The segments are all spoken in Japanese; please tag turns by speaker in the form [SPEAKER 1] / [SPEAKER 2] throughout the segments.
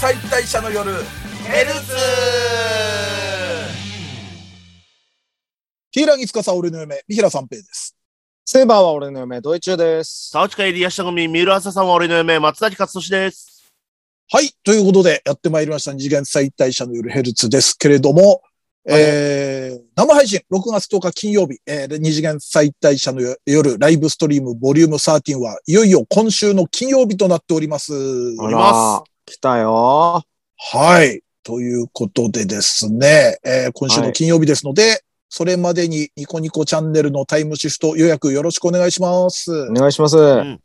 [SPEAKER 1] 解体者の夜ヘルツ
[SPEAKER 2] ヒーラギツカサ俺の嫁、三平三平です。
[SPEAKER 3] セーバーは俺の嫁、ドイチューです。
[SPEAKER 4] 沢近入りやした組、三浦朝さんは俺の嫁、松崎勝利です。
[SPEAKER 2] はい。ということで、やってまいりました。二次元再退者の夜ヘルツですけれども、えー、生配信、6月10日金曜日、えー、二次元再退者の夜、ライブストリームボリューム13はいよいよ今週の金曜日となっております。
[SPEAKER 4] おりま
[SPEAKER 3] 来たよ
[SPEAKER 2] はい。ということでですね、えー今週の金曜日ですので、それまでにニコニコチャンネルのタイムシフト予約よろしくお願いします。
[SPEAKER 3] お願いします。
[SPEAKER 4] ん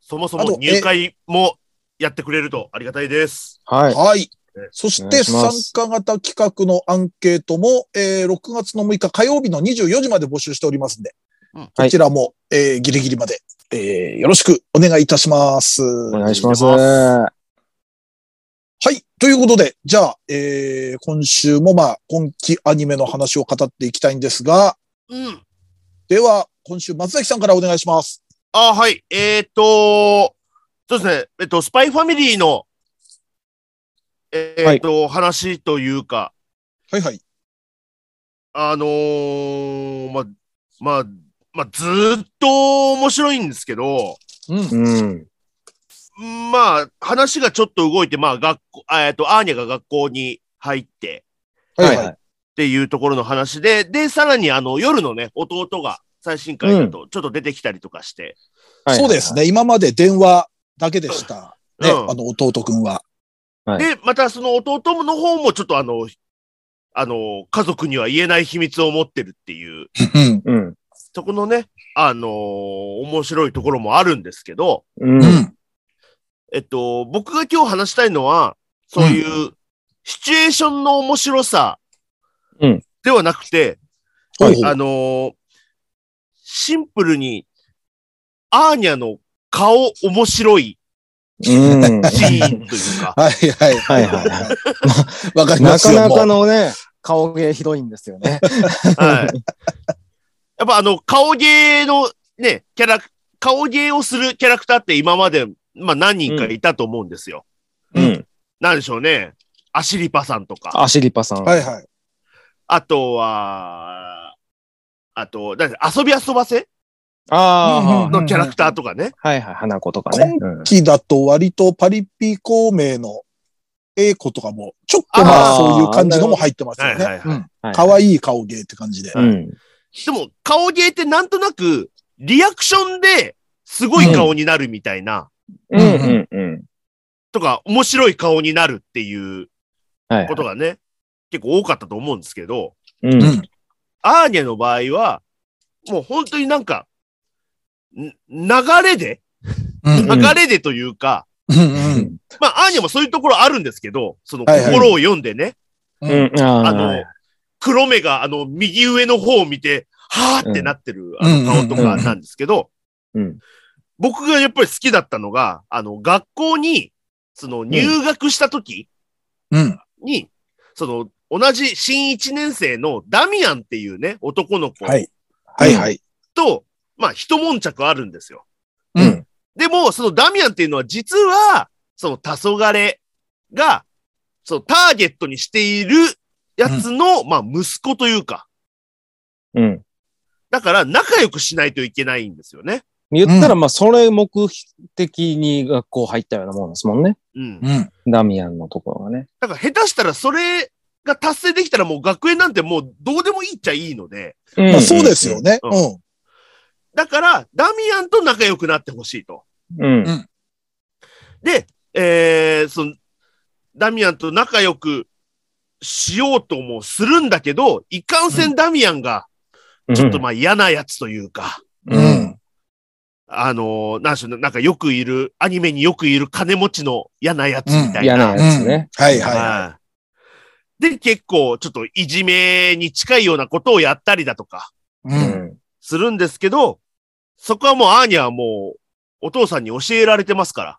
[SPEAKER 4] そもそ
[SPEAKER 2] あと
[SPEAKER 4] も入会もやってくれるとありがたいです。
[SPEAKER 3] はい。
[SPEAKER 2] はい
[SPEAKER 4] ね。
[SPEAKER 2] そし
[SPEAKER 3] お
[SPEAKER 2] て
[SPEAKER 3] 願いしま
[SPEAKER 2] 参
[SPEAKER 3] す
[SPEAKER 2] 加型企画のアンケートも、えー6月の6日火曜日の24時まで募集しておりますんで、
[SPEAKER 4] うん
[SPEAKER 2] こちらも、えーギリギリまで、えーよろしくお願いいたします。
[SPEAKER 3] お
[SPEAKER 2] は
[SPEAKER 3] 願いします。
[SPEAKER 4] お
[SPEAKER 3] はい
[SPEAKER 4] 願。
[SPEAKER 2] い。ということで、じゃあ、えー今週もまあ、今期アニメの話を語っていきたいんですが、
[SPEAKER 4] うん。
[SPEAKER 2] では、今週松崎さんからお願いします。
[SPEAKER 4] あ、はい。えっ、ー、と、そうですね。えっと、スパイファミリーの、えっ、と、話というか、
[SPEAKER 2] はいはい。
[SPEAKER 4] あのー、ま、まあ、まあ、ずーっと面白いんですけど、
[SPEAKER 2] うん。
[SPEAKER 3] うん。
[SPEAKER 4] まあ、話がちょっと動いて、まあ、学校、あえっと、アーニャが学校に入って、
[SPEAKER 2] はい
[SPEAKER 3] は
[SPEAKER 2] はいい。
[SPEAKER 4] っていうところの話で、で、さらにあの夜のね、弟が最新回だとちょっと出てきたりとかして、
[SPEAKER 3] はい
[SPEAKER 2] そうです。ね。今まで電話だけでした。ね、
[SPEAKER 4] うん
[SPEAKER 2] あの、弟くんは。
[SPEAKER 3] はい
[SPEAKER 4] で、またその弟の方もちょっとあの、あの、家族には言えない秘密を持ってるっていう、
[SPEAKER 2] うん。
[SPEAKER 3] うん。
[SPEAKER 4] そこのね、あのー面白いところもあるんですけど、
[SPEAKER 3] うん。
[SPEAKER 2] う
[SPEAKER 3] うん
[SPEAKER 2] ん。
[SPEAKER 4] えっと、僕が今日話したいのは、そういうシチュエーションの面白さ
[SPEAKER 3] うん
[SPEAKER 4] ではなくて、
[SPEAKER 2] ほう、
[SPEAKER 4] あのーシンプルに、アーニャの顔面白い
[SPEAKER 3] うん。
[SPEAKER 4] シーンというか
[SPEAKER 2] はいはい。
[SPEAKER 3] はいはいは
[SPEAKER 2] わかりま
[SPEAKER 3] な
[SPEAKER 2] す
[SPEAKER 3] か
[SPEAKER 2] よ。
[SPEAKER 3] な
[SPEAKER 2] もう
[SPEAKER 3] かのね、顔芸ひどいんですよね。
[SPEAKER 4] はい。やっぱあの、顔芸のね、キャラ、顔芸をするキャラクターって今まで、まあ何人かいたと思うんですよ。
[SPEAKER 3] うん。
[SPEAKER 4] なんでしょうね。アシリパさんとか、あ
[SPEAKER 3] アシリパさん。
[SPEAKER 2] はいはい。
[SPEAKER 4] とは、あと、なんで遊び遊ばせ
[SPEAKER 3] ああ。
[SPEAKER 4] のキャラクターとかね。
[SPEAKER 3] はいはい。花子とかね。うん
[SPEAKER 2] 期だと割とパリピ孔明の A 子とかも、ちょっとまあ
[SPEAKER 3] あー
[SPEAKER 2] そういう感じのも入ってます
[SPEAKER 4] は
[SPEAKER 2] よ
[SPEAKER 4] いは
[SPEAKER 2] ね。
[SPEAKER 4] いはい。
[SPEAKER 2] 可愛い顔芸って感じで。
[SPEAKER 3] う
[SPEAKER 2] は
[SPEAKER 3] ん。
[SPEAKER 4] でも、顔芸ってなんとなく、リアクションですごい顔になるみたいな、
[SPEAKER 3] うんうんうん。
[SPEAKER 4] とか、面白い顔になるっていう
[SPEAKER 3] はい
[SPEAKER 4] こと。がね、結構多かったと思うんですけど、
[SPEAKER 3] うん。
[SPEAKER 2] うん
[SPEAKER 4] アーニャの場合は、もう本当になんか、ん流れで、
[SPEAKER 2] うん
[SPEAKER 4] 流
[SPEAKER 3] ん
[SPEAKER 4] れでというか、
[SPEAKER 2] うん
[SPEAKER 4] まあ、アーニャもそういうところあるんですけど、その
[SPEAKER 2] はいはい
[SPEAKER 4] 心を読んでね、
[SPEAKER 2] う。
[SPEAKER 3] うんん。あ
[SPEAKER 4] あの、
[SPEAKER 3] の、
[SPEAKER 4] 黒目があの、右上の方を見て、はーってなってる、
[SPEAKER 2] うん
[SPEAKER 4] あの顔とかなんですけど、
[SPEAKER 3] うん。
[SPEAKER 4] 僕がやっぱり好きだったのが、あの、学校に、その入学した時
[SPEAKER 2] うん。
[SPEAKER 4] に、その、同じ新1年生のダミアンっていうね、男の子
[SPEAKER 2] はい。はいはい。
[SPEAKER 4] と、まあ、一悶着あるんですよ。
[SPEAKER 2] うん。
[SPEAKER 4] でも、そのダミアンっていうのは実は、その黄昏が、そのターゲットにしているやつの、まあ息子というか、
[SPEAKER 3] うん。
[SPEAKER 4] だから仲良くしないといけないんですよね。
[SPEAKER 3] 言ったら、まあ、それ目的に学校入ったようなもんですもんね。
[SPEAKER 4] うん。
[SPEAKER 2] うん。
[SPEAKER 3] ダミアンのところがね。
[SPEAKER 4] だから下手したらそれが達成できたらもう学園なんてもうどうでもいいっちゃいいので、
[SPEAKER 2] まあそうですよ。ね。
[SPEAKER 4] う
[SPEAKER 2] うんん。
[SPEAKER 4] だからダミアンと仲良くなってほしいと。
[SPEAKER 3] うん。
[SPEAKER 4] で、えー、その、ダミアンと仲良くしようともするんだけど、いかんせんダミアンが、ちょっとまあ嫌なやつというか、
[SPEAKER 2] う
[SPEAKER 3] うん
[SPEAKER 2] ん。
[SPEAKER 4] あのーなんしょうね、なんかよくいる、アニメによくいる金持ちの嫌なやつみたいな。
[SPEAKER 3] 嫌なやつね。
[SPEAKER 2] はい
[SPEAKER 4] はい
[SPEAKER 2] は
[SPEAKER 4] で、結構、ちょっといじめに近いようなことをやったりだとか
[SPEAKER 2] い。う。
[SPEAKER 3] うんん。
[SPEAKER 4] するんですけど、そこはもうアーニャはもう、お父さんに教えられてますか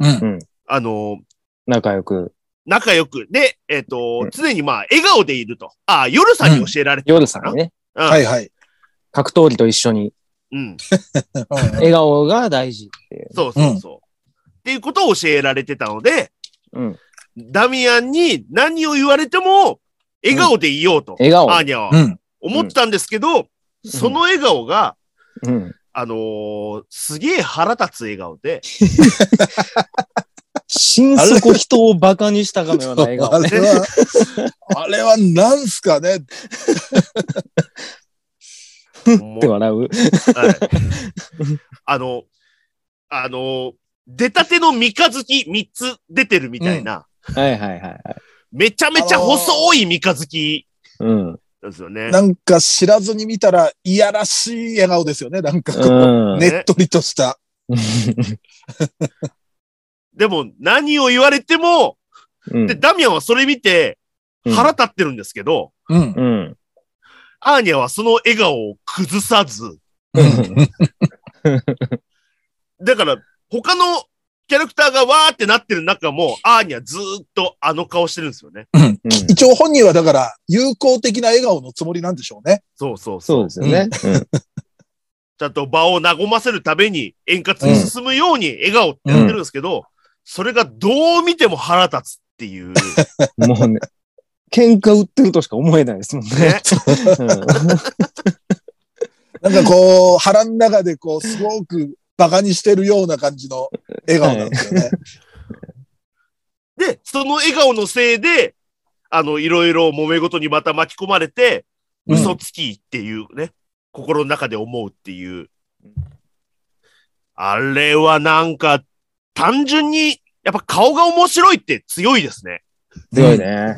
[SPEAKER 4] ら、
[SPEAKER 2] うん。
[SPEAKER 4] あのー
[SPEAKER 3] 仲良く。
[SPEAKER 4] 仲良く。で、えっ、と、
[SPEAKER 3] うん
[SPEAKER 4] 常にまあ、笑顔でいると。ああ、夜さんに教えられて、
[SPEAKER 3] 夜さんにね、
[SPEAKER 4] うん
[SPEAKER 2] はいはい。
[SPEAKER 3] 格闘技と一緒に、
[SPEAKER 4] うん。
[SPEAKER 2] うん
[SPEAKER 3] 笑顔が大事っていう。
[SPEAKER 4] そうそうそう。っていうことを教えられてたので、
[SPEAKER 3] うん
[SPEAKER 4] ダミアンに何を言われても、笑顔でいようと、
[SPEAKER 3] 笑顔。
[SPEAKER 4] アーニャは
[SPEAKER 2] うん。
[SPEAKER 4] 思ったんですけど、その笑顔が、
[SPEAKER 3] うん。
[SPEAKER 4] あのーすげえ腹立つ笑顔で、
[SPEAKER 3] 心底人をバカにしたかのような笑
[SPEAKER 2] あ
[SPEAKER 3] 顔。
[SPEAKER 2] れは、あれはなんすかね
[SPEAKER 4] も
[SPEAKER 3] って
[SPEAKER 4] う
[SPEAKER 3] 笑う。
[SPEAKER 4] はいあの、あの、出たての三日月3つ出てるみたいな、
[SPEAKER 3] はいはいはいはい。
[SPEAKER 4] めちゃめちゃ細い三日月
[SPEAKER 3] うん。
[SPEAKER 4] なんですよね。
[SPEAKER 2] なんか知らずに見たら、いやらしい笑顔ですよね。なんかこう、
[SPEAKER 3] うん。
[SPEAKER 2] ねっとりとした。
[SPEAKER 4] でも何を言われても、
[SPEAKER 3] うん
[SPEAKER 4] で、ダミアンはそれ見て腹立ってるんですけど、
[SPEAKER 2] うん。
[SPEAKER 3] うん。
[SPEAKER 4] アーニャはその笑顔を崩さず、
[SPEAKER 3] うん。
[SPEAKER 4] だから他のキャラクターがわーってなってる中も、アーニャずーっとあの顔してるんですよね。
[SPEAKER 2] 一応本人はだから、友好的な笑顔のつもりなんでしょうね。
[SPEAKER 4] そうそうそう。
[SPEAKER 3] そうですよね。
[SPEAKER 4] ちゃんと場を和ませるために円滑に進むように笑顔ってやってるんですけど、それがどう見ても腹立つっていう。
[SPEAKER 3] うんもうね、喧嘩売ってるとしか思えないですもんね。
[SPEAKER 4] ね、
[SPEAKER 2] なんかこう、腹の中でこう、すごく馬鹿にしてるような感じの笑顔なんですよね。
[SPEAKER 4] で、その笑顔のせいで、あの、いろいろ揉め事にまた巻き込まれて、
[SPEAKER 2] うん
[SPEAKER 4] 嘘つきっていうね、心の中で思うっていう。あれはなんか、単純に、やっぱ顔が面白いって強いですね。
[SPEAKER 3] 強いね。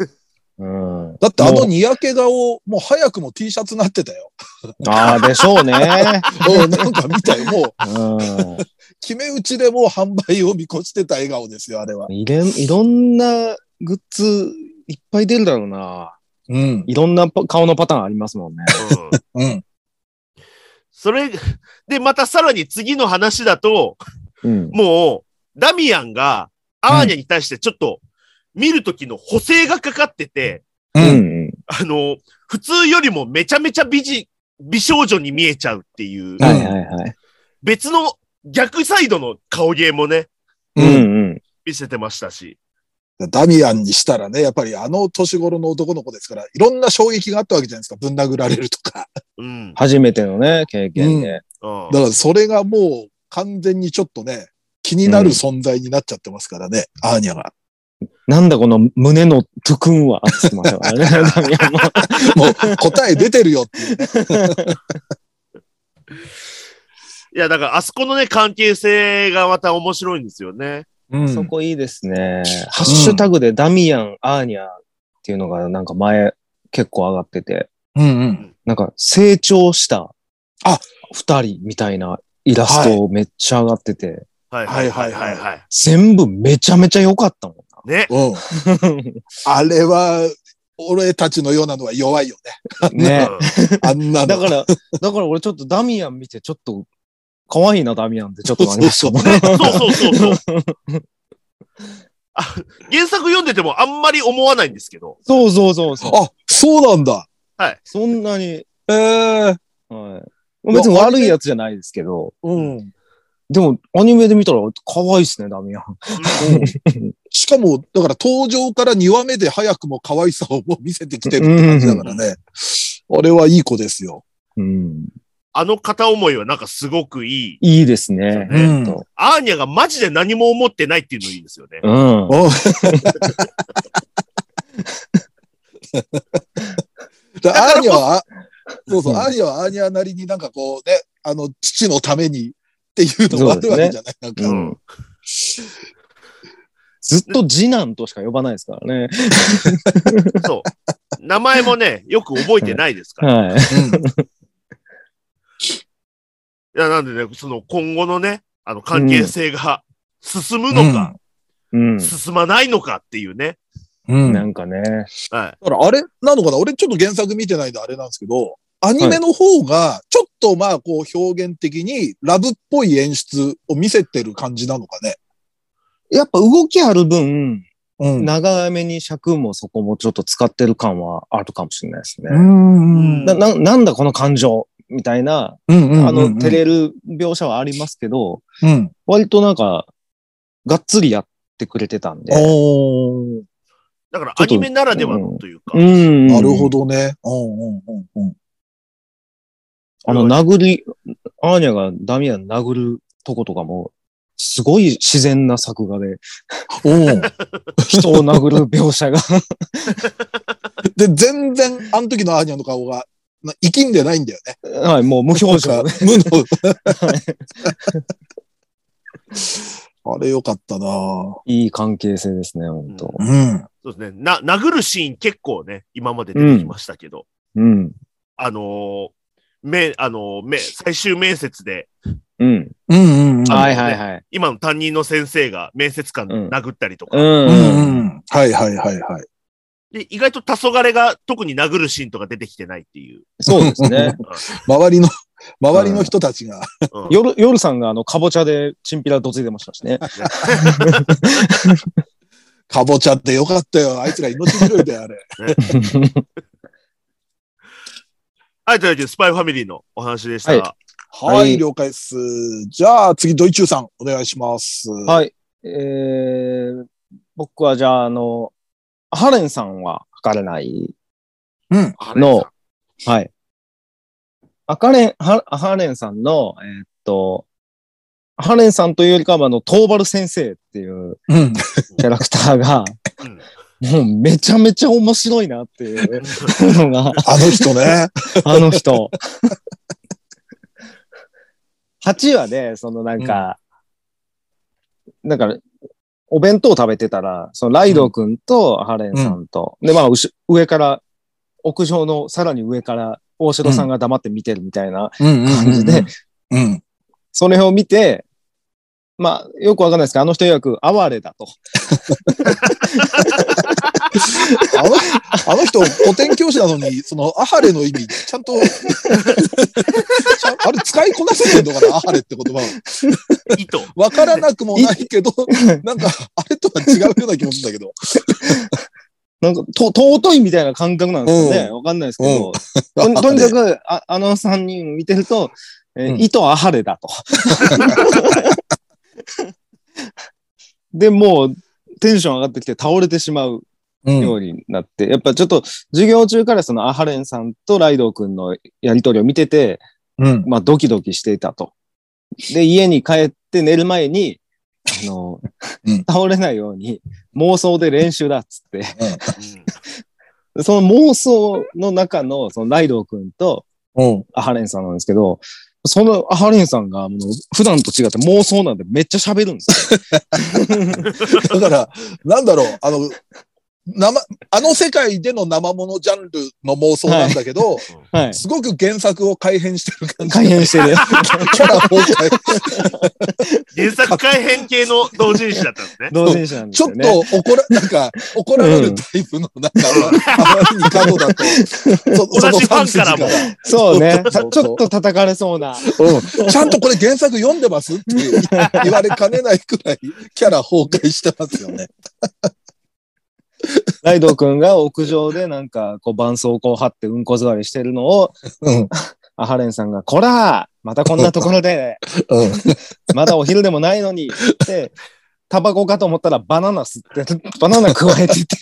[SPEAKER 3] うん。
[SPEAKER 2] だってあのにやけ顔、もう早くも T シャツになってたよ。
[SPEAKER 3] ああ、でしょうね。
[SPEAKER 2] うん、なんか見たよ。もう、
[SPEAKER 3] うん。
[SPEAKER 2] 決め打ちでもう販売を見越してた笑顔ですよ、あれは。
[SPEAKER 3] いれん、いろんなグッズいっぱい出るだろうな。
[SPEAKER 2] うん。
[SPEAKER 3] いろんなパ顔のパターンありますもんね。
[SPEAKER 4] うん
[SPEAKER 2] うん。
[SPEAKER 4] それ、で、またさらに次の話だと、
[SPEAKER 3] うん。
[SPEAKER 4] もう、ダミアンが、アーニャに対してちょっと、見るときの補正がかかってて、
[SPEAKER 2] う。
[SPEAKER 3] うんん。
[SPEAKER 4] あの、普通よりもめちゃめちゃ美人、美少女に見えちゃうっていう、
[SPEAKER 3] はいはいはい。
[SPEAKER 4] 別の逆サイドの顔芸もね、
[SPEAKER 2] う
[SPEAKER 3] う
[SPEAKER 2] ん
[SPEAKER 3] んうん。
[SPEAKER 4] 見せてましたし。
[SPEAKER 2] ダミアンにしたらね、やっぱりあの年頃の男の子ですから、いろんな衝撃があったわけじゃないですか。ぶん殴られるとか。
[SPEAKER 4] うん。
[SPEAKER 3] 初めてのね、経験で。
[SPEAKER 4] うん
[SPEAKER 2] だからそれがもう完全にちょっとね、気になる存在になっちゃってますからね、アーニャが。
[SPEAKER 3] なんだこの胸のトゥクンは、つってましたからね。 ダミアンも
[SPEAKER 2] もう答え出てるよっていうね。
[SPEAKER 4] いや、だからあそこのね、関係性がまた面白いんですよね。
[SPEAKER 2] うん
[SPEAKER 3] そこいいですね。ハッシュタグでダミアン、アーニャっていうのがなんか前結構上がってて、
[SPEAKER 2] うんうん。
[SPEAKER 3] なんか成長した
[SPEAKER 2] あ
[SPEAKER 3] 二人みたいなイラストめっちゃ上がってて、
[SPEAKER 4] はい
[SPEAKER 2] は
[SPEAKER 4] はいい
[SPEAKER 2] は
[SPEAKER 4] はいい
[SPEAKER 2] は
[SPEAKER 4] はいいはい。
[SPEAKER 3] 全部めちゃめちゃ良かったもん
[SPEAKER 4] ね。
[SPEAKER 2] うん。あれは、俺たちのようなのは弱いよ
[SPEAKER 3] ね。
[SPEAKER 2] ね。あんなの。
[SPEAKER 3] だから、だから俺ちょっとダミアン見て、ちょっと、可愛いな、ダミアンってちょっとなりましたもんね。
[SPEAKER 4] うんそうそうそうそう。あ原作読んでてもあんまり思わないんですけど。
[SPEAKER 3] そうそうそうそう。
[SPEAKER 2] あ、そうなんだ。
[SPEAKER 3] そんなに、
[SPEAKER 2] ええ
[SPEAKER 3] はい。別に悪いやつじゃないですけど、
[SPEAKER 2] うん。
[SPEAKER 3] でも、アニメで見たら、可愛いっすね、ダミアン。
[SPEAKER 2] しかも、だから登場から2話目で早くも可愛さをもう見せてきてるって感じだからね。あれはいい子ですよ。
[SPEAKER 3] うん。
[SPEAKER 4] あの片思いはなんかすごくいい。
[SPEAKER 3] いいですね。
[SPEAKER 4] うんアーニャがマジで何も思ってないっていうのいいですよね。
[SPEAKER 3] うん。
[SPEAKER 2] おだからアーニャは、そうそう、
[SPEAKER 3] うん
[SPEAKER 2] アーニャはアーニャなりになんかこうね、あの、父のためにっていうのもあるわけじゃない、なんか、
[SPEAKER 3] うん。ずっと次男としか呼ばないですからね。
[SPEAKER 4] そう。名前もね、よく覚えてないですから。
[SPEAKER 3] は
[SPEAKER 4] い
[SPEAKER 3] い。
[SPEAKER 4] や、なんでね、その今後のね、あの関係性が進むのか、
[SPEAKER 3] うん。
[SPEAKER 4] 進まないのかっていうね。
[SPEAKER 2] うん。
[SPEAKER 3] な
[SPEAKER 2] だ
[SPEAKER 3] んかね。
[SPEAKER 4] はい。
[SPEAKER 2] からあれなのかな俺ちょっと原作見てないんであれなんですけど、アニメの方が、ちょっとまあこう表現的にラブっぽい演出を見せてる感じなのかね。
[SPEAKER 3] やっぱ動きある分、
[SPEAKER 2] うん。
[SPEAKER 3] 長めに尺もそこもちょっと使ってる感はあるかもしれないですね。
[SPEAKER 2] ん
[SPEAKER 3] な、な、なんだこの感情みたいな、あの、照れる描写はありますけど、
[SPEAKER 2] うん。
[SPEAKER 3] 割となんか、がっつりやっってくれてたんで。
[SPEAKER 2] おー
[SPEAKER 4] だからアニメならではのというか、
[SPEAKER 3] ん
[SPEAKER 2] なるほ。どね。うんうんうんうん。
[SPEAKER 3] あの、殴り、アーニャがダミアン殴るとことかも、すごい自然な作画で、
[SPEAKER 2] おー
[SPEAKER 3] 人を殴る描写が。
[SPEAKER 2] で、全然、あの時のアーニャの顔が、な生きんでないんだよね。
[SPEAKER 3] はい、もう無表情で。
[SPEAKER 2] 無 の。あれよかったなぁ
[SPEAKER 3] いい関係性ですね、本当
[SPEAKER 2] うん。
[SPEAKER 4] そうですね。な、殴るシーン結構ね、今まで出てきましたけど、
[SPEAKER 3] うん。
[SPEAKER 4] あのー、め、あのー、め、最終面接で、
[SPEAKER 3] う
[SPEAKER 2] う
[SPEAKER 3] ん。
[SPEAKER 2] んうんうん。
[SPEAKER 3] はいはいはい。
[SPEAKER 4] 今の担任の先生が面接官
[SPEAKER 3] うん
[SPEAKER 4] 殴ったりとか、
[SPEAKER 2] う
[SPEAKER 3] う
[SPEAKER 2] ん
[SPEAKER 3] ん。
[SPEAKER 2] うん。はいはいはいはい。
[SPEAKER 4] で、意外と黄昏が特に殴るシーンとか出てきてないっていう。
[SPEAKER 3] そうですね。
[SPEAKER 2] 周りの、周りの人たちが、
[SPEAKER 4] うん
[SPEAKER 3] 夜、夜さんがあの、かぼちゃでチンピラどついてましたし ね。
[SPEAKER 2] かぼちゃってよかったよ。あいつら命拾いだよ、あれ。
[SPEAKER 4] はい、というわけで、スパイファミリーのお話でした。
[SPEAKER 3] は
[SPEAKER 2] はい、
[SPEAKER 3] はい
[SPEAKER 2] 了解です。じゃあ、次、ドイチューさん、お願いします。い。
[SPEAKER 3] はい。えー、僕はじゃあ、あの、ハレンさんは測れない。
[SPEAKER 2] うん。
[SPEAKER 4] あれ
[SPEAKER 3] の、はい。アカレン、ハハレンさんの、えーっと、ハレンさんというよりかは、あの、トーバル先生っていう
[SPEAKER 2] うん。
[SPEAKER 3] キャラクターが、
[SPEAKER 4] うん
[SPEAKER 3] もうめちゃめちゃ面白いなっていうのが、
[SPEAKER 2] あの人ね。
[SPEAKER 3] あの人。8話で、そのなんか、なんか、お弁当食べてたら、そのライドウ君とハレンさんと、で、まあ、うし上から、屋上のさらに上から、大城さんが黙って見てるみたいな
[SPEAKER 2] うん
[SPEAKER 3] 感じで、
[SPEAKER 2] うん。
[SPEAKER 3] それを見て、まあ、よくわかんないですけど、あの人曰く哀れだと。
[SPEAKER 2] あの、あの人、古典教師なのに、その、アハレの意味、ちゃんと、ちゃんあれ、使いこなせないのかな、アハレって言葉を。
[SPEAKER 4] 意図。
[SPEAKER 2] わからなくもないけど、なんか、あれとは違うような気持ちだけど。
[SPEAKER 3] なんか、と、尊いみたいな感覚なんですかね。
[SPEAKER 2] う
[SPEAKER 3] わかんないですけど、
[SPEAKER 2] うん
[SPEAKER 3] ととにかく、ああの三人見てると、えー
[SPEAKER 2] うん
[SPEAKER 3] 糸あはれだと。 で、もう、テンション上がってきて倒れてしまう
[SPEAKER 2] うん
[SPEAKER 3] ようになって、やっぱちょっと授業中からそのアハレンさんとライドウ君のやりとりを見てて、
[SPEAKER 2] うん。
[SPEAKER 3] まあドキドキしていたと。で、家に帰って寝る前に、あの、
[SPEAKER 2] うん
[SPEAKER 3] 倒れないように妄想で練習だっつって、
[SPEAKER 4] うん
[SPEAKER 3] その妄想の中の、そのライドウ君と
[SPEAKER 2] うん。
[SPEAKER 3] アハレンさんなんですけど、そのアハレンさんが、あの普段と違って妄想なんでめっちゃ喋るんですよ。
[SPEAKER 2] だから、なんだろう、あの、生、あの世界での生物ジャンルの妄想なんだけど、
[SPEAKER 3] はい。
[SPEAKER 2] すごく原作を改変してる感じ。
[SPEAKER 3] 改変してる。
[SPEAKER 2] キャラ崩壊。
[SPEAKER 4] 原作改編系の同人誌だったん ですね。
[SPEAKER 3] 同人誌なんで
[SPEAKER 2] ち
[SPEAKER 3] す
[SPEAKER 2] ょっ
[SPEAKER 3] よね。
[SPEAKER 2] と怒ら、 なんか、怒られるタイプの、なんか、あまりに過度だと。そ
[SPEAKER 4] 同じファンからも。
[SPEAKER 3] そうね。
[SPEAKER 2] ち
[SPEAKER 3] ち
[SPEAKER 2] ょ
[SPEAKER 3] ょ
[SPEAKER 2] っと
[SPEAKER 3] ちょっと叩かれそう
[SPEAKER 2] うん
[SPEAKER 3] な。
[SPEAKER 2] ちゃんとこれ原作読んでますって言われかねないくらい、キャラ崩壊してますよね。
[SPEAKER 3] ライドウ君が屋上でなんか、こう、絆創膏を貼ってうんこ座りしてるのを、
[SPEAKER 2] うん。
[SPEAKER 3] アハレンさんが、こらまたこんなところで、
[SPEAKER 2] うん。
[SPEAKER 3] まだお昼でもないのに、って、タバコかと思ったらバナナ吸ってる、バナナ加えてて。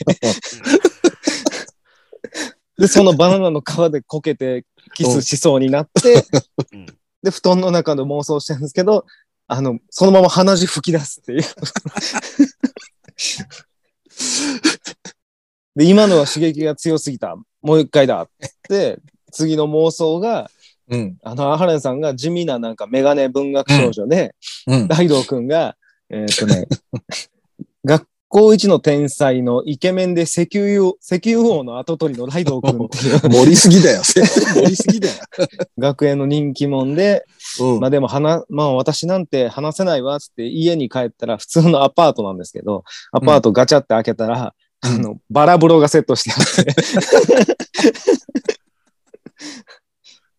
[SPEAKER 3] で、そのバナナの皮でこけて、キスしそうになって
[SPEAKER 4] うん、
[SPEAKER 3] で、布団の中で妄想してるんですけど、あの、そのまま鼻血吹き出すっていう。で、今のは刺激が強すぎた。もう一回だって、次の妄想が、
[SPEAKER 2] うん。
[SPEAKER 3] あの、アハレンさんが地味ななんかメガネ文学少女で、
[SPEAKER 2] うん。
[SPEAKER 3] ライドウ君が、えーっとね、 学校一の天才のイケメンで石油王、石油王の後取りのライドウ君っていう
[SPEAKER 2] 盛りすぎだよ。盛りすぎだ よ。
[SPEAKER 3] 学園の人気者で、
[SPEAKER 2] うん
[SPEAKER 3] まあでも話、まあ私なんて話せないわ、つって家に帰ったら普通のアパートなんですけど、アパートガチャって開けたら、
[SPEAKER 2] うん
[SPEAKER 3] あの、バラ風呂がセットしてあって。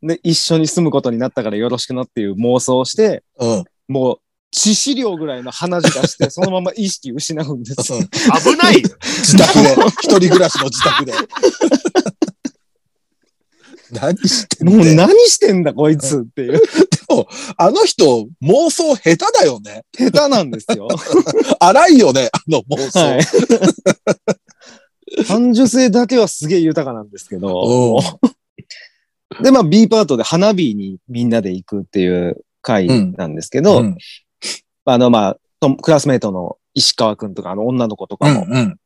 [SPEAKER 3] で、一緒に住むことになったからよろしくなっていう妄想をして、
[SPEAKER 2] うん。
[SPEAKER 3] もう、致死量ぐらいの鼻血出 して、そのまま意識失うんですよ。
[SPEAKER 4] 危ないよ。
[SPEAKER 2] 自宅で、一人暮らしの自宅で。 何してん
[SPEAKER 3] もう
[SPEAKER 2] ねん
[SPEAKER 3] 何してんだこいつっていう。
[SPEAKER 2] あの人、妄想下手だよね。
[SPEAKER 3] 下手なんですよ。
[SPEAKER 2] 荒いよね、あの妄想。
[SPEAKER 3] はい。感受性だけはすげえ豊かなんですけど。
[SPEAKER 2] うん
[SPEAKER 3] で、まあ B パートで花火にみんなで行くっていう回なんですけ
[SPEAKER 2] う
[SPEAKER 3] ど、
[SPEAKER 2] ん
[SPEAKER 3] あのまあ、とクラスメートの石川くんとかあの女の子と
[SPEAKER 2] う
[SPEAKER 3] かも、だか
[SPEAKER 2] んうん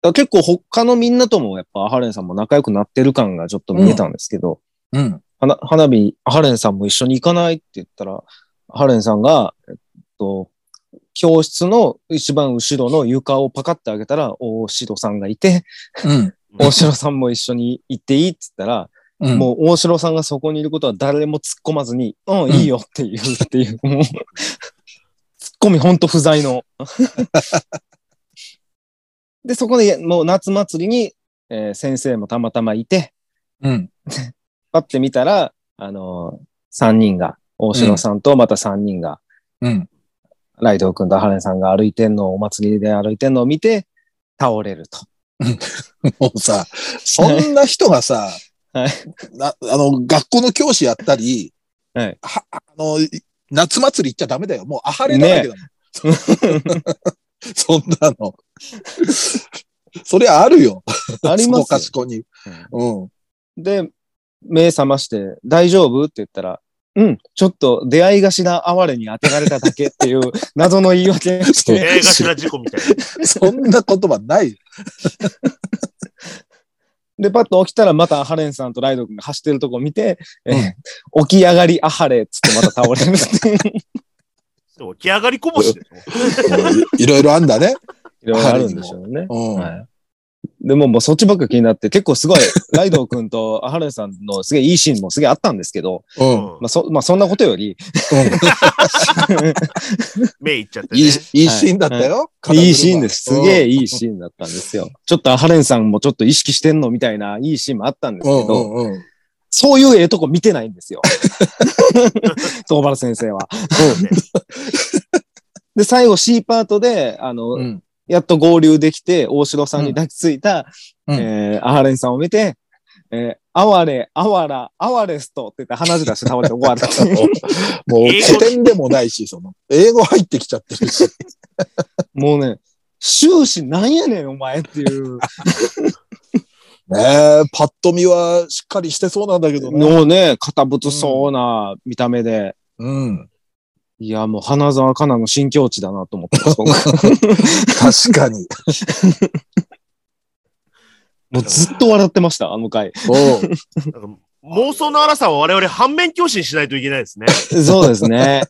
[SPEAKER 3] ら結構他のみんなともやっぱハレンさんも仲良くなってる感がちょっと見えたんですけど、
[SPEAKER 2] うん
[SPEAKER 3] 花花火、ハレンさんも一緒に行かないって言ったら、ハレンさんが、えっと、教室の一番後ろの床をパカって開けたら、大城さんがいて、
[SPEAKER 2] うん
[SPEAKER 3] 大城さんも一緒に行っていいって言ったら、
[SPEAKER 2] うん。
[SPEAKER 3] もう大城さんがそこにいることは誰も突っ込まずに、うん、いいよって言うっていう、もう、突っ込みほんと不 在の。で、そこでもう夏祭りに、えー先生もたまたまいて、
[SPEAKER 2] うん。
[SPEAKER 3] パッて見たら、あのー、3人が、大城さんとまた3人が、
[SPEAKER 2] うん。
[SPEAKER 3] ライドウ君とハレンさんが歩いてんのを、お祭りで歩いてんのを見て、倒れ ると。
[SPEAKER 2] もう さ、そんな人がさ、
[SPEAKER 3] はい
[SPEAKER 2] なあの、学校の教師やったり、
[SPEAKER 3] はい
[SPEAKER 2] はあの、夏祭り行っちゃダメだよ。もう、あはれだらけだもん。 そんなの。そりゃあるよ。
[SPEAKER 3] ありま
[SPEAKER 2] そこか
[SPEAKER 3] す
[SPEAKER 2] しこに。うん。
[SPEAKER 3] よ。で、目覚まして、大丈夫って言ったら、うん、ちょっと出会い頭哀れに当てられただけって いう謎の言い訳をし
[SPEAKER 2] そう
[SPEAKER 3] て、
[SPEAKER 4] 映画ら事故みたいな。
[SPEAKER 2] そんな言葉ない。
[SPEAKER 3] で、パッと起きたらまたハレンさんとライドウ君が走ってるとこ見て、えー起き上がりあはれっつってまた倒れるっていう。
[SPEAKER 4] でも起き上がりこぼしでしょ
[SPEAKER 2] いいろいろあんだね。
[SPEAKER 3] い ろいろあるんでしょうね。
[SPEAKER 2] うん。
[SPEAKER 3] はい。でももうそっちばっか気になって、結構す ごい、ライドウ君とハレンさんのすげえいいシーンもすげえあったんですけど、
[SPEAKER 2] うん。うん
[SPEAKER 3] まあそ、まあそんなことより、
[SPEAKER 4] 目いっちゃってね
[SPEAKER 2] いい、いいシーンだったよ。
[SPEAKER 3] いいシーンです。すげえ
[SPEAKER 2] え。
[SPEAKER 3] いいシーンだったんですよ。ちょっとハレンさんもちょっと意識してんのみたいないいシーンもあったんです
[SPEAKER 2] う
[SPEAKER 3] け
[SPEAKER 2] んう
[SPEAKER 3] ど、
[SPEAKER 2] んうん。うん
[SPEAKER 3] そういうええとこ見てないんですよ。東原先生は。で、最後 C パートで、あの、
[SPEAKER 2] うん。
[SPEAKER 3] やっと合流できて、大城さんに抱きついた、
[SPEAKER 2] うん
[SPEAKER 3] えー、アハレンさんを見て、えー、哀れ、哀ら、哀れストって言って鼻血出して倒れて終わるっ ていう
[SPEAKER 2] もう
[SPEAKER 4] 英語
[SPEAKER 2] 古典でもないし、その、英語入ってきちゃってるし。
[SPEAKER 3] もうね、終始なんやねん、お前って いう。
[SPEAKER 2] ねえ、パッと見はしっかりしてそうなんだけどね。
[SPEAKER 3] のをね、堅物そうな見た目で。
[SPEAKER 2] うん。
[SPEAKER 3] いや、もう花澤香菜の新境地だなと思 ってます、
[SPEAKER 2] 確
[SPEAKER 3] 僕
[SPEAKER 2] かに。
[SPEAKER 3] もうずっと笑ってました、あの回。
[SPEAKER 2] そう。
[SPEAKER 4] なんか妄想の荒さは我々反面教師にしないといけないですね。
[SPEAKER 3] そうですね。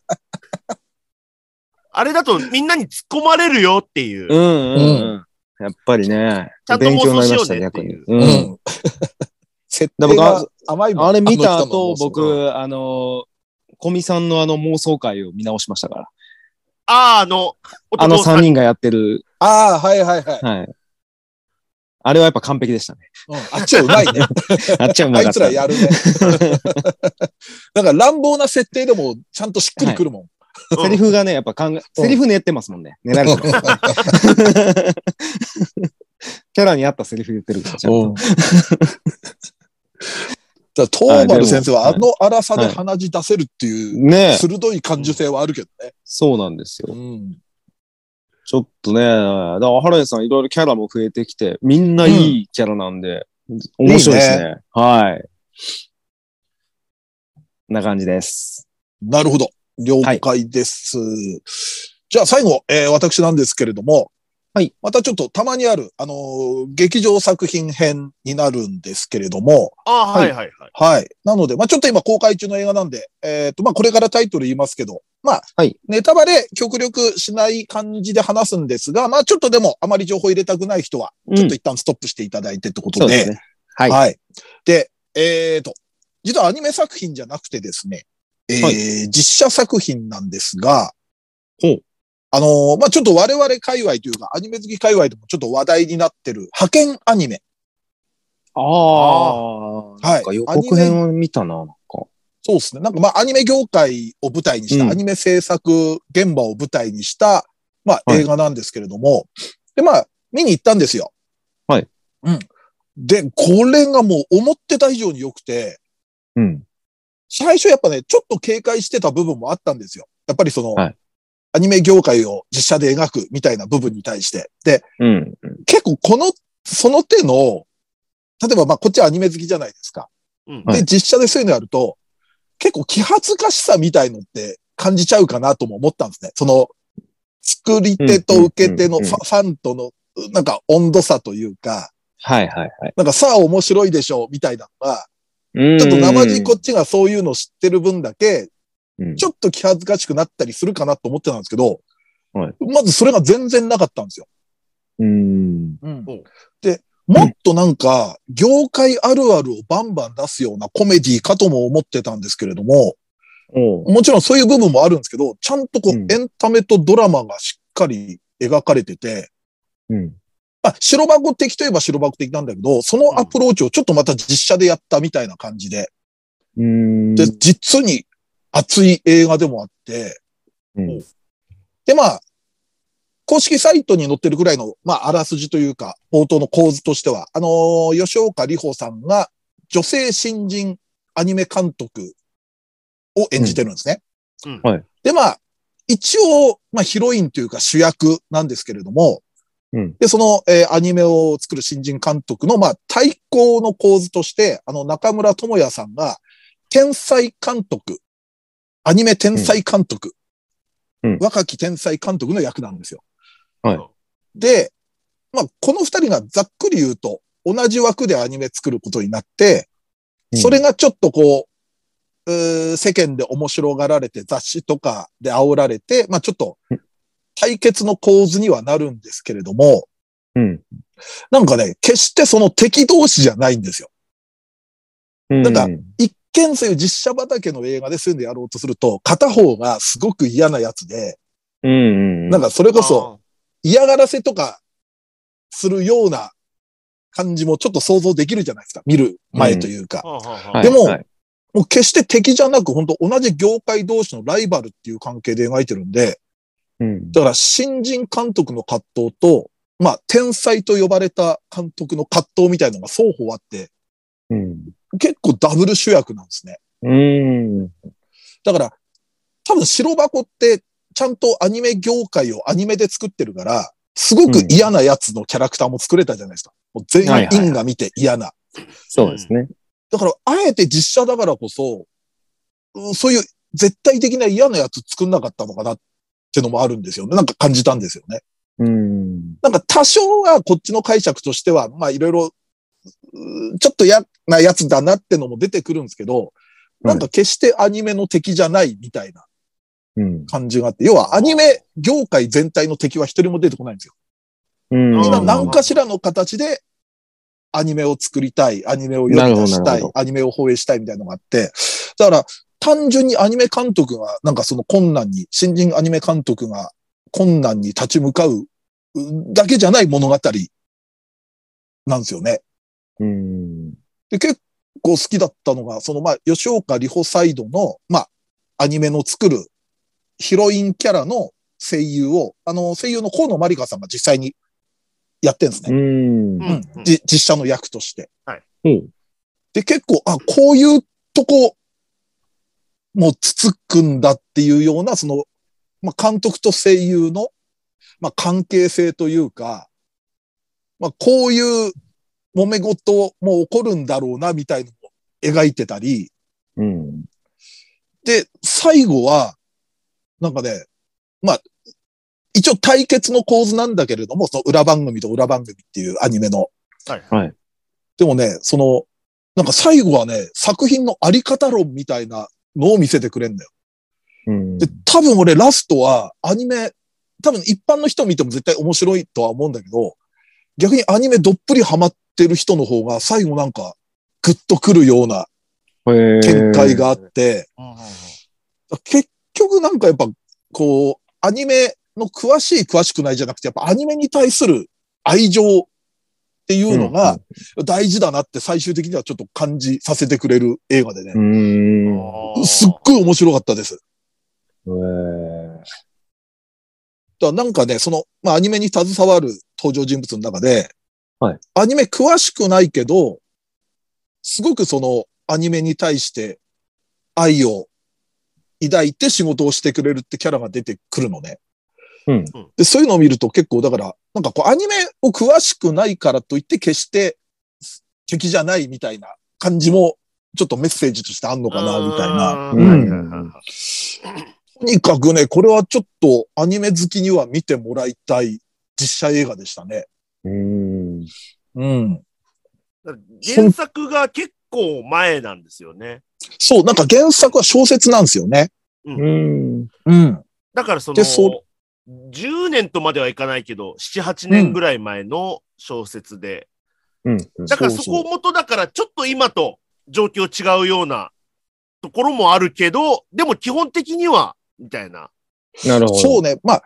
[SPEAKER 4] あれだとみんなに突っ込まれるよっていう。
[SPEAKER 3] うんうん、う。
[SPEAKER 2] うん
[SPEAKER 3] やっぱりね
[SPEAKER 4] ちゃ、んと
[SPEAKER 3] 勉強になりました、
[SPEAKER 4] 妄想しようねって
[SPEAKER 3] 逆
[SPEAKER 4] い
[SPEAKER 3] に
[SPEAKER 4] う。
[SPEAKER 2] う
[SPEAKER 3] うん。
[SPEAKER 2] ん。設定が甘いもん
[SPEAKER 3] あれ見た
[SPEAKER 2] の
[SPEAKER 3] 後、
[SPEAKER 2] 人の妄想うん
[SPEAKER 3] 僕、あの、コミさんのあの妄想会を見直しましたから。
[SPEAKER 4] あー、あの、お
[SPEAKER 3] あの
[SPEAKER 4] 父さん
[SPEAKER 3] 3人がやってる、
[SPEAKER 2] ああ、はいはいはい。
[SPEAKER 3] はい。あれはやっぱ完璧でした ね。
[SPEAKER 2] うんあっちはうまい ね。
[SPEAKER 3] あっちゃう
[SPEAKER 2] あ
[SPEAKER 3] まか
[SPEAKER 2] い
[SPEAKER 3] っ
[SPEAKER 2] つ
[SPEAKER 3] た。
[SPEAKER 2] らやるね。 なんか乱暴な設定でもちゃんとしっくりくるもん。
[SPEAKER 4] うん
[SPEAKER 3] セリフがね、やっぱ考え、セリフ練ってますもんね。練られ てます。キャラに合ったセリフ言ってるから、ちゃんと。
[SPEAKER 2] だからトーバル先生は
[SPEAKER 3] はい
[SPEAKER 2] あの荒さで
[SPEAKER 3] はい
[SPEAKER 2] 鼻血出せるっていう、
[SPEAKER 3] ねえ、
[SPEAKER 2] 鋭い感受性はあるけどね。
[SPEAKER 3] そうなんです
[SPEAKER 2] う
[SPEAKER 3] よ。
[SPEAKER 2] ん。
[SPEAKER 3] ちょっとね、だからハレンさんいろいろキャラも増えてきて、みんないいキャラなんで、面白いですね。
[SPEAKER 2] いい
[SPEAKER 3] はい。こんな感じです。
[SPEAKER 2] なるほど。了解です。じゃあ最後、えー私なんですけれども、
[SPEAKER 3] はい。
[SPEAKER 2] またちょっとたまにある、あのー劇場作品編になるんですけれども、
[SPEAKER 4] あー、はいはいはい。
[SPEAKER 2] はい。なので、まあちょっと今公開中の映画なんで、えっ、と、まあこれからタイトル言いますけど、まあ、
[SPEAKER 3] はい
[SPEAKER 2] ネタバレ極力しない感じで話すんですが、まあちょっとでもあまり情報入れたくない人は、
[SPEAKER 3] うん
[SPEAKER 2] ちょっと一旦ストップしていただいてってこと
[SPEAKER 3] そう
[SPEAKER 2] で、
[SPEAKER 3] ですね。はい
[SPEAKER 2] で、えっ、と、実はアニメ作品じゃなくてですね、えー
[SPEAKER 3] はい
[SPEAKER 2] 実写作品なんですが、
[SPEAKER 3] ほう
[SPEAKER 2] あのーまあちょっと我々界隈というか、アニメ好き界隈でもちょっと話題になってる派遣アニメ。
[SPEAKER 3] あ
[SPEAKER 2] ー
[SPEAKER 3] あ、なんか予告編を見たな、なんか。
[SPEAKER 2] そうですね。なんかまあアニメ業界を舞台にした、
[SPEAKER 3] うん
[SPEAKER 2] アニメ制作現場を舞台にした、まあ
[SPEAKER 3] はい
[SPEAKER 2] 映画なんですけれども、でまあ見に行ったんですよ。
[SPEAKER 3] はい。
[SPEAKER 2] うん。で、これがもう思ってた以上に良くて、
[SPEAKER 3] うん。
[SPEAKER 2] 最初やっぱね、ちょっと警戒してた部分もあったんですよ。やっぱりその、
[SPEAKER 3] はい
[SPEAKER 2] アニメ業界を実写で描くみたいな部分に対して。で、
[SPEAKER 3] うん。
[SPEAKER 2] 結構この、その手の、例えばまあこっちはアニメ好きじゃないですか。
[SPEAKER 4] うん
[SPEAKER 3] は
[SPEAKER 2] で、実写でそういうのやると、結構気恥ずかしさみたいのって感じちゃうかなとも思ったんですね。その、作り手と受け手の
[SPEAKER 3] うん
[SPEAKER 2] フ
[SPEAKER 3] うんうん
[SPEAKER 2] ァファンとの、なんか温度差というか、
[SPEAKER 3] はいはいはい。
[SPEAKER 2] なんかさあ面白いでしょうみたいなのが、
[SPEAKER 3] ち
[SPEAKER 2] ちょっと生地こっちがそういうの知ってる分だけ、
[SPEAKER 3] うん
[SPEAKER 2] ちょっと気恥ずかしくなったりするかなと思ってたんですけど、
[SPEAKER 3] はい
[SPEAKER 2] まずそれが全然なかったんですよ。
[SPEAKER 3] うん。
[SPEAKER 4] お
[SPEAKER 2] で、もっとなんか、業界あるあるをバンバン出すようなコメディかとも思ってたんですけれども、
[SPEAKER 3] おう
[SPEAKER 2] もちろんそういう部分もあるんですけど、ちゃんとこう、
[SPEAKER 3] うん
[SPEAKER 2] エンタメとドラマがしっかり描かれてて、
[SPEAKER 3] うん。
[SPEAKER 2] まあ、白箱的といえば白箱的なんだけど、そのアプローチをちょっとまた実写でやったみたいな感じで、
[SPEAKER 3] うん。
[SPEAKER 2] で、実に熱い映画でもあって、
[SPEAKER 3] うん
[SPEAKER 2] で、まあ、公式サイトに載ってるぐらいの、まあ、あらすじというか、冒頭の構図としては、あのー吉岡里帆さんが女性新人アニメ監督を演じてるんですね。
[SPEAKER 4] うん
[SPEAKER 3] うんはい
[SPEAKER 2] で、まあ、一応、まあ、ヒロインというか主役なんですけれども、
[SPEAKER 3] うん
[SPEAKER 2] で、その、えーアニメを作る新人監督の、まあ、対抗の構図として、あの、中村智也さんが、天才監督、アニメ天才監督、
[SPEAKER 3] うん
[SPEAKER 2] 若き天才監督の役なんですよ。
[SPEAKER 3] はい
[SPEAKER 2] で、まあ、この二人がざっくり言うと、同じ枠でアニメ作ることになって、それがちょっとこう、うー世間で面白がられて、雑誌とかで煽られて、まあ、ちょっと
[SPEAKER 3] うん、
[SPEAKER 2] 対決の構図にはなるんですけれども、
[SPEAKER 3] うん。
[SPEAKER 2] なんかね、決してその敵同士じゃないんですよ。
[SPEAKER 3] なん
[SPEAKER 2] か、一見そういう実写畑の映画でそういうのやろうとすると、片方がすごく嫌なやつで、
[SPEAKER 3] うんうん。
[SPEAKER 2] なんかそれこそ、嫌がらせとかするような感じもちょっと想像できるじゃないですか。見る前というか。
[SPEAKER 4] あーはあはあはあ
[SPEAKER 3] はい、
[SPEAKER 2] でも
[SPEAKER 3] はい
[SPEAKER 2] もう決して敵じゃなく、本当同じ業界同士のライバルっていう関係で描いてるんで、
[SPEAKER 3] うん。
[SPEAKER 2] だから新人監督の葛藤と、まあ、天才と呼ばれた監督の葛藤みたいのが双方あって、
[SPEAKER 3] うん。
[SPEAKER 2] 結構ダブル主役なんですね。
[SPEAKER 3] うん。
[SPEAKER 2] だから、多分白箱って、ちゃんとアニメ業界をアニメで作ってるから、すごく嫌なやつのキャラクターも作れたじゃないですか。もう全
[SPEAKER 3] はいはい
[SPEAKER 2] 員が見て嫌な。
[SPEAKER 3] そうですね。
[SPEAKER 2] だから、あえて実写だからこそ、うんそういう絶対的な嫌なやつ作んなかったのかなってのもあるんですよね。なんか感じたんですよね。
[SPEAKER 3] うん。
[SPEAKER 2] なんか多少はこっちの解釈としては、まあいろいろ、うんちょっと嫌なやつだなってのも出てくるんですけど、なんか決してアニメの敵じゃないみたいな。
[SPEAKER 3] うん。
[SPEAKER 2] 感じがあって、要はアニメ業界全体の敵は一人も出てこないんですよ。
[SPEAKER 3] うん。
[SPEAKER 2] みんな何
[SPEAKER 4] なん
[SPEAKER 2] かしらの形でアニメを作りたい、アニメを世に出した
[SPEAKER 3] なるほどないるほ、
[SPEAKER 2] アニメを放映したいみたいなのがあって、だから単純にアニメ監督がなんかその困難に、新人アニメ監督が困難に立ち向かううんだけじゃない物語なんですよね。
[SPEAKER 3] うん。
[SPEAKER 2] で、結構好きだったのが、そのまあ、吉岡里帆サイドの、まあ、アニメの作るヒロインキャラの声優を、あの、声優の河野まりかさんが実際にやってんです
[SPEAKER 3] う
[SPEAKER 2] ね。
[SPEAKER 3] ん。
[SPEAKER 4] うん
[SPEAKER 2] うんじ実写の役として。
[SPEAKER 3] うん。
[SPEAKER 2] で、結構、あ、こういうとこ、もうつつくんだっていうような、その、まあ、監督と声優の、まあ、関係性というか、まあ、こういう揉め事も起こるんだろうな、みたいなのを描いてたり、
[SPEAKER 3] うん。
[SPEAKER 2] で、最後は、なんかね、まあ、一応対決の構図なんだけれども、その裏番組と裏番組っていうアニメの、
[SPEAKER 4] はい
[SPEAKER 3] はい。
[SPEAKER 2] でもね、その、なんか最後はね、作品のあり方論みたいなのを見せてくれんだよ。
[SPEAKER 3] うん
[SPEAKER 2] で、多分俺ラストはアニメ、多分一般の人見ても絶対面白いとは思うんだけど、逆にアニメどっぷりハマってる人の方が最後なんかグッとくるような見解があって、
[SPEAKER 4] うんうんうん
[SPEAKER 2] 結局なんかやっぱこう、アニメの詳しい詳しくないじゃなくて、やっぱアニメに対する愛情っていうのが大事だなって最終的にはちょっと感じさせてくれる映画でね
[SPEAKER 3] う。ん。うん
[SPEAKER 4] あー
[SPEAKER 2] すっごい面白かったです。
[SPEAKER 3] うん
[SPEAKER 2] だからなんかね、その、まあ、アニメに携わる登場人物の中で、
[SPEAKER 3] はい
[SPEAKER 2] アニメ詳しくないけど、すごくそのアニメに対して愛を抱いて仕事をしてくれるってキャラが出てくるのね。
[SPEAKER 3] うん
[SPEAKER 2] で、そういうのを見ると結構だから、なんかこうアニメを詳しくないからといって決して敵じゃないみたいな感じもちょっとメッセージとしてあんのかな、みたいな。
[SPEAKER 4] あ
[SPEAKER 3] う
[SPEAKER 4] ー
[SPEAKER 3] ん
[SPEAKER 4] はいはいはいはい
[SPEAKER 2] とにかくね、これはちょっとアニメ好きには見てもらいたい実写映画でしたね。
[SPEAKER 3] うん。
[SPEAKER 2] うん。
[SPEAKER 4] 原作が結構前なんですよね。
[SPEAKER 2] そう、なんか原作は小説なんですよね。
[SPEAKER 3] うん。
[SPEAKER 2] うん。
[SPEAKER 4] だからその、
[SPEAKER 2] でそ
[SPEAKER 4] 10年とまではいかないけど、7、8年ぐらい前の小説で。
[SPEAKER 3] うん。
[SPEAKER 4] だから
[SPEAKER 2] そう
[SPEAKER 4] そ
[SPEAKER 2] そう
[SPEAKER 4] こ元だから、ちょっと今と状況違うようなところもあるけど、でも基本的には、みたいな。
[SPEAKER 3] なるほど。
[SPEAKER 2] そうね。まあ、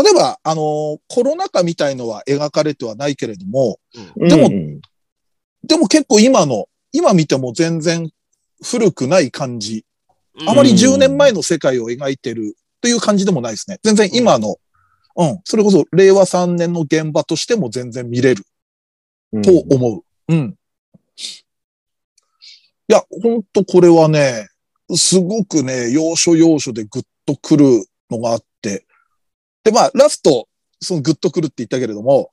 [SPEAKER 2] 例えば、あのーコロナ禍みたいのは描かれてはないけれども、
[SPEAKER 3] うん。
[SPEAKER 2] でも
[SPEAKER 3] うん
[SPEAKER 2] でも結構今の、今見ても全然古くない感じ。
[SPEAKER 4] うん
[SPEAKER 2] あまり10年前の世界を描いてるという感じでもないですね。全然今の、うん。それこそ令和3年の現場としても全然見れる。と思う。うん。いや、ほんとこれはね、すごくね、要所要所でグッとくるのがあって。で、まあ、ラスト、そのグッとくるって言ったけれども、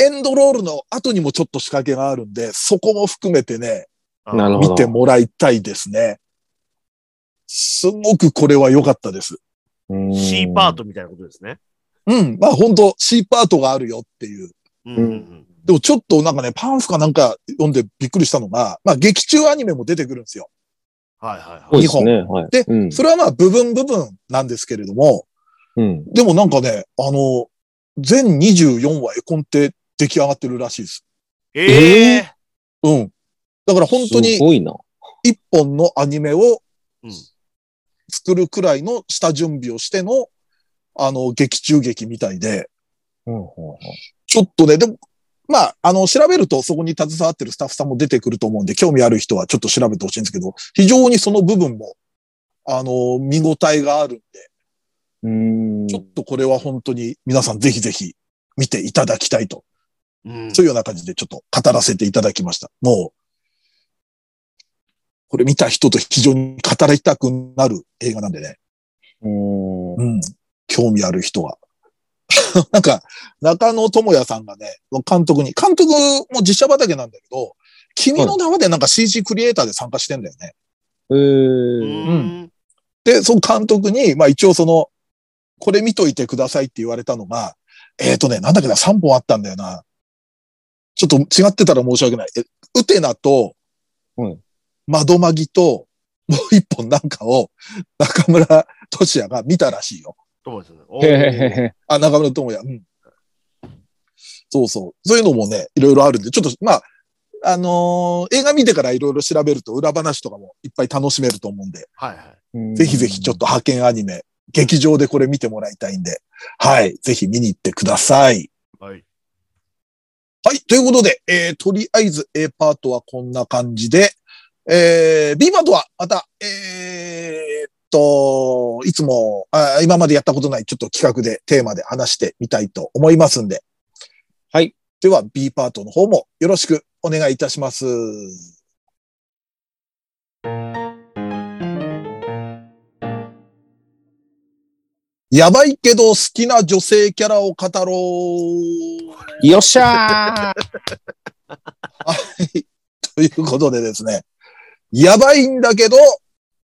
[SPEAKER 2] エンドロールの後にもちょっと仕掛けがあるんで、そこも含めてね、
[SPEAKER 4] あー
[SPEAKER 3] なるほど
[SPEAKER 2] 見てもらいたいですね。すごくこれは良かったです。
[SPEAKER 3] うん。
[SPEAKER 4] C パートみたいなことですね。
[SPEAKER 2] うん。まあ本当 C パートがあるよっていう。
[SPEAKER 4] うんうんうん
[SPEAKER 2] でもちょっとなんかね、パンフかなんか読んでびっくりしたのが、まあ劇中アニメも出てくるんですよ。
[SPEAKER 4] はいはい
[SPEAKER 3] そう
[SPEAKER 4] はい。
[SPEAKER 3] ですね。はい。
[SPEAKER 2] で
[SPEAKER 3] うん
[SPEAKER 2] それはまあ部分部分なんですけれども、
[SPEAKER 3] うん。
[SPEAKER 2] でもなんかね、あの、全24話絵コンテ出来上がってるらしいです。
[SPEAKER 4] ええ
[SPEAKER 2] うん。だから本当
[SPEAKER 3] す
[SPEAKER 2] に
[SPEAKER 3] ごいな。
[SPEAKER 2] 一本のアニメを
[SPEAKER 4] うん
[SPEAKER 2] 作るくらいの下準備をしての、あの、劇中劇みたいで、
[SPEAKER 3] うんうん
[SPEAKER 2] ちょっとね、でも、まあ、あの、調べるとそこに携わってるスタッフさんも出てくると思うんで、興味ある人はちょっと調べてほしいんですけど、非常にその部分も、あの、見応えがあるんで、
[SPEAKER 3] うん。
[SPEAKER 2] ちょっとこれは本当に皆さんぜひぜひ見ていただきたいと、
[SPEAKER 4] うん
[SPEAKER 2] そういうような感じでちょっと語らせていただきました。もう、これ見た人と非常に語りたくなる映画なんでね、
[SPEAKER 3] うん。
[SPEAKER 2] うん、興味ある人は。 なんか、中野智也さんがね、監督に、監督も実写畑なんだけど、君の名はでなんか CG クリエイターで参加してんだよね。
[SPEAKER 3] え
[SPEAKER 4] う
[SPEAKER 3] ー
[SPEAKER 4] ん
[SPEAKER 2] で、その監督に、まあ一応その、これ見といてくださいって言われたのが、えっ、ー、とね、なんだっけな、3本あったんだよな。ちょっと違ってたら申し訳ない。えウテナと
[SPEAKER 3] うん、
[SPEAKER 2] 窓まぎと、もう一本なんかを、中村俊也が見たらしいよ。
[SPEAKER 4] そうですね。お
[SPEAKER 3] へへ
[SPEAKER 4] ー
[SPEAKER 3] へへ。
[SPEAKER 2] あ、中村智也。うん。そうそう。そういうのもね、いろいろあるんで、ちょっと、まあ、あのー映画見てからいろいろ調べると裏話とかもいっぱい楽しめると思うんで、
[SPEAKER 4] はいはい。
[SPEAKER 2] ぜひぜひちょっと派遣アニメ、劇場でこれ見てもらいたいんで、はい、ぜひ見に行ってください。
[SPEAKER 4] はい。
[SPEAKER 2] はい、ということで、えー、とりあえず A パートはこんな感じで、えー、B パートはまた、えーっと、いつもあ、今までやったことないちょっと企画でテーマで話してみたいと思いますんで。
[SPEAKER 3] はい。
[SPEAKER 2] では B パートの方もよろしくお願いいたします。やばいけど好きな女性キャラを語ろう。
[SPEAKER 3] と。よっしゃー
[SPEAKER 2] はい。ということでですね、やばいんだけど、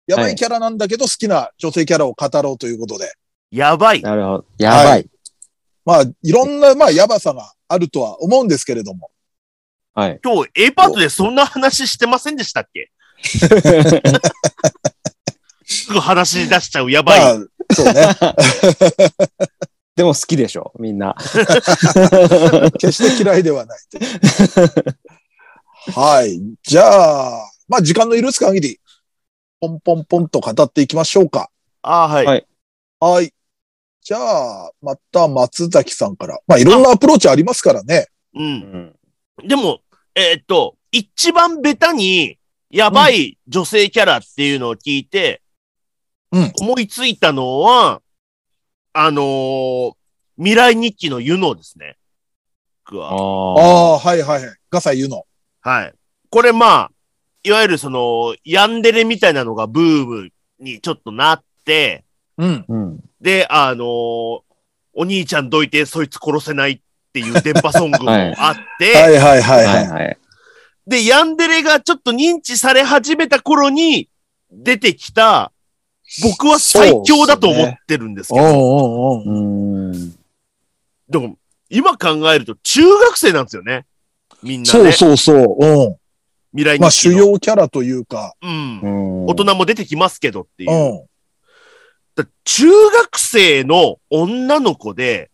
[SPEAKER 2] やばいキャラなんだけど、好きな女性キャラを語ろうということで、
[SPEAKER 4] やばい。
[SPEAKER 3] なるほど。やばい。
[SPEAKER 2] まあ、いろんな、まあ、やばさがあるとは思うんですけれども、
[SPEAKER 3] はい。
[SPEAKER 4] 今日 A パートでそんな話してませんでしたっけすぐ話し出しちゃうや
[SPEAKER 2] ま
[SPEAKER 4] ばい。
[SPEAKER 2] あ、そうね、
[SPEAKER 3] でも好きでしょみんな。
[SPEAKER 2] 決して嫌いではないという。はい。じゃあ、まあ、時間の許す限り、ポンポンポンと語っていきましょうか。
[SPEAKER 4] ああ、はい。
[SPEAKER 3] はい
[SPEAKER 2] はい。じゃあ、また松崎さんから。まあ、いろんなアプローチありますからね。
[SPEAKER 4] うん。でも、えーっと、一番ベタに、やばい女性キャラっていうのを聞いて、
[SPEAKER 2] うん
[SPEAKER 4] 思いついたのは、あのー未来日記のユノですね。クは。
[SPEAKER 2] あ
[SPEAKER 3] あ あ。
[SPEAKER 2] あ、はいはいはい。ガサ言うの。
[SPEAKER 4] はい。これまあ、いわゆるその、ヤンデレみたいなのがブームにちょっとなって、
[SPEAKER 2] うん。
[SPEAKER 3] うん。
[SPEAKER 4] で、あのーお兄ちゃんどいてそいつ殺せないっていう電波ソングもあって、
[SPEAKER 2] はいはいはい
[SPEAKER 3] は
[SPEAKER 2] はいい。
[SPEAKER 3] はい。
[SPEAKER 4] で、ヤンデレがちょっと認知され始めた頃に出てきた、僕は最強だと思ってるんですけど、
[SPEAKER 2] おうおうおう
[SPEAKER 3] うん。
[SPEAKER 4] でも今考えると中学生なんですよね。みんなね。
[SPEAKER 2] そうそうそう。うん。
[SPEAKER 4] 未来
[SPEAKER 2] まあ
[SPEAKER 4] に。
[SPEAKER 2] 主要キャラというか。
[SPEAKER 4] うん
[SPEAKER 3] う。ん。
[SPEAKER 4] 大人も出てきますけどっていうう。
[SPEAKER 2] ん。
[SPEAKER 4] だ中学生の女の子で、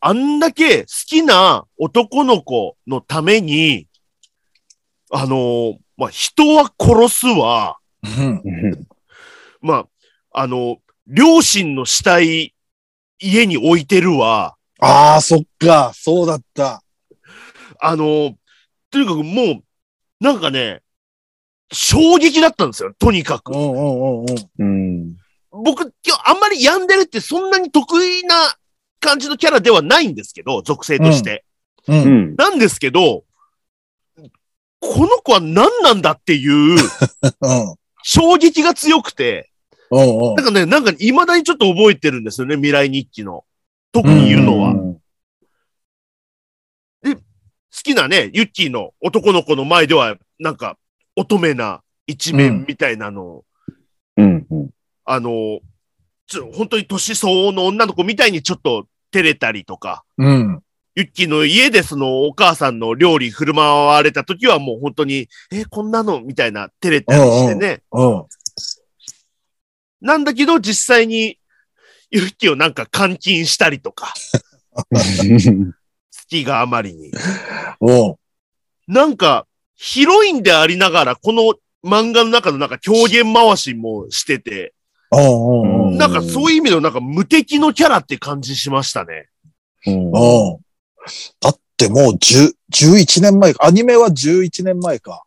[SPEAKER 4] あんだけ好きな男の子のために、あのーまあ、人は殺すわ、
[SPEAKER 2] うん。
[SPEAKER 3] うん。
[SPEAKER 4] まあ、あの、両親の死体、家に置いてるわ。
[SPEAKER 2] ああ、そっか。そうだった。
[SPEAKER 4] あの、とにかくもう、なんかね、衝撃だったんですよ、とにか
[SPEAKER 2] うん
[SPEAKER 4] く。
[SPEAKER 2] うんうんうん。
[SPEAKER 3] うん。
[SPEAKER 4] 僕、今日あんまりヤンデレってそんなに得意な感じのキャラではないんですけど、属性として。
[SPEAKER 2] う。
[SPEAKER 3] うんん。
[SPEAKER 4] なんですけど、この子は何なんだっていう
[SPEAKER 2] うん。
[SPEAKER 4] 衝撃が強くて、
[SPEAKER 2] うんうん
[SPEAKER 4] なん。かね、なんか未だにちょっと覚えてるんですよね、未来日記の。特に言うのは。
[SPEAKER 3] うん
[SPEAKER 4] 好きなね、ユッキーの男の子の前では、なんか、乙女な一面みたいなのを、
[SPEAKER 3] うん。うん
[SPEAKER 4] あの、ちょ本当に年相応の女の子みたいにちょっと照れたりとか、
[SPEAKER 2] うん。
[SPEAKER 4] ユッキーの家でそのお母さんの料理振る舞われた時はもう本当に、え、こんなのみたいな照れたりしてね。
[SPEAKER 2] うん。
[SPEAKER 4] なんだけど実際にユッキーをなんか監禁したりとか、好きがあまりに。
[SPEAKER 2] うん。
[SPEAKER 4] なんか、ヒロインでありながら、この漫画の中のなんか狂言回しもしてて、
[SPEAKER 2] うんうんうん。
[SPEAKER 4] なんかそういう意味のなんか無敵のキャラって感じしましたね。
[SPEAKER 3] うん
[SPEAKER 2] うん。だってもう10 11年前か。アニメは11年前か。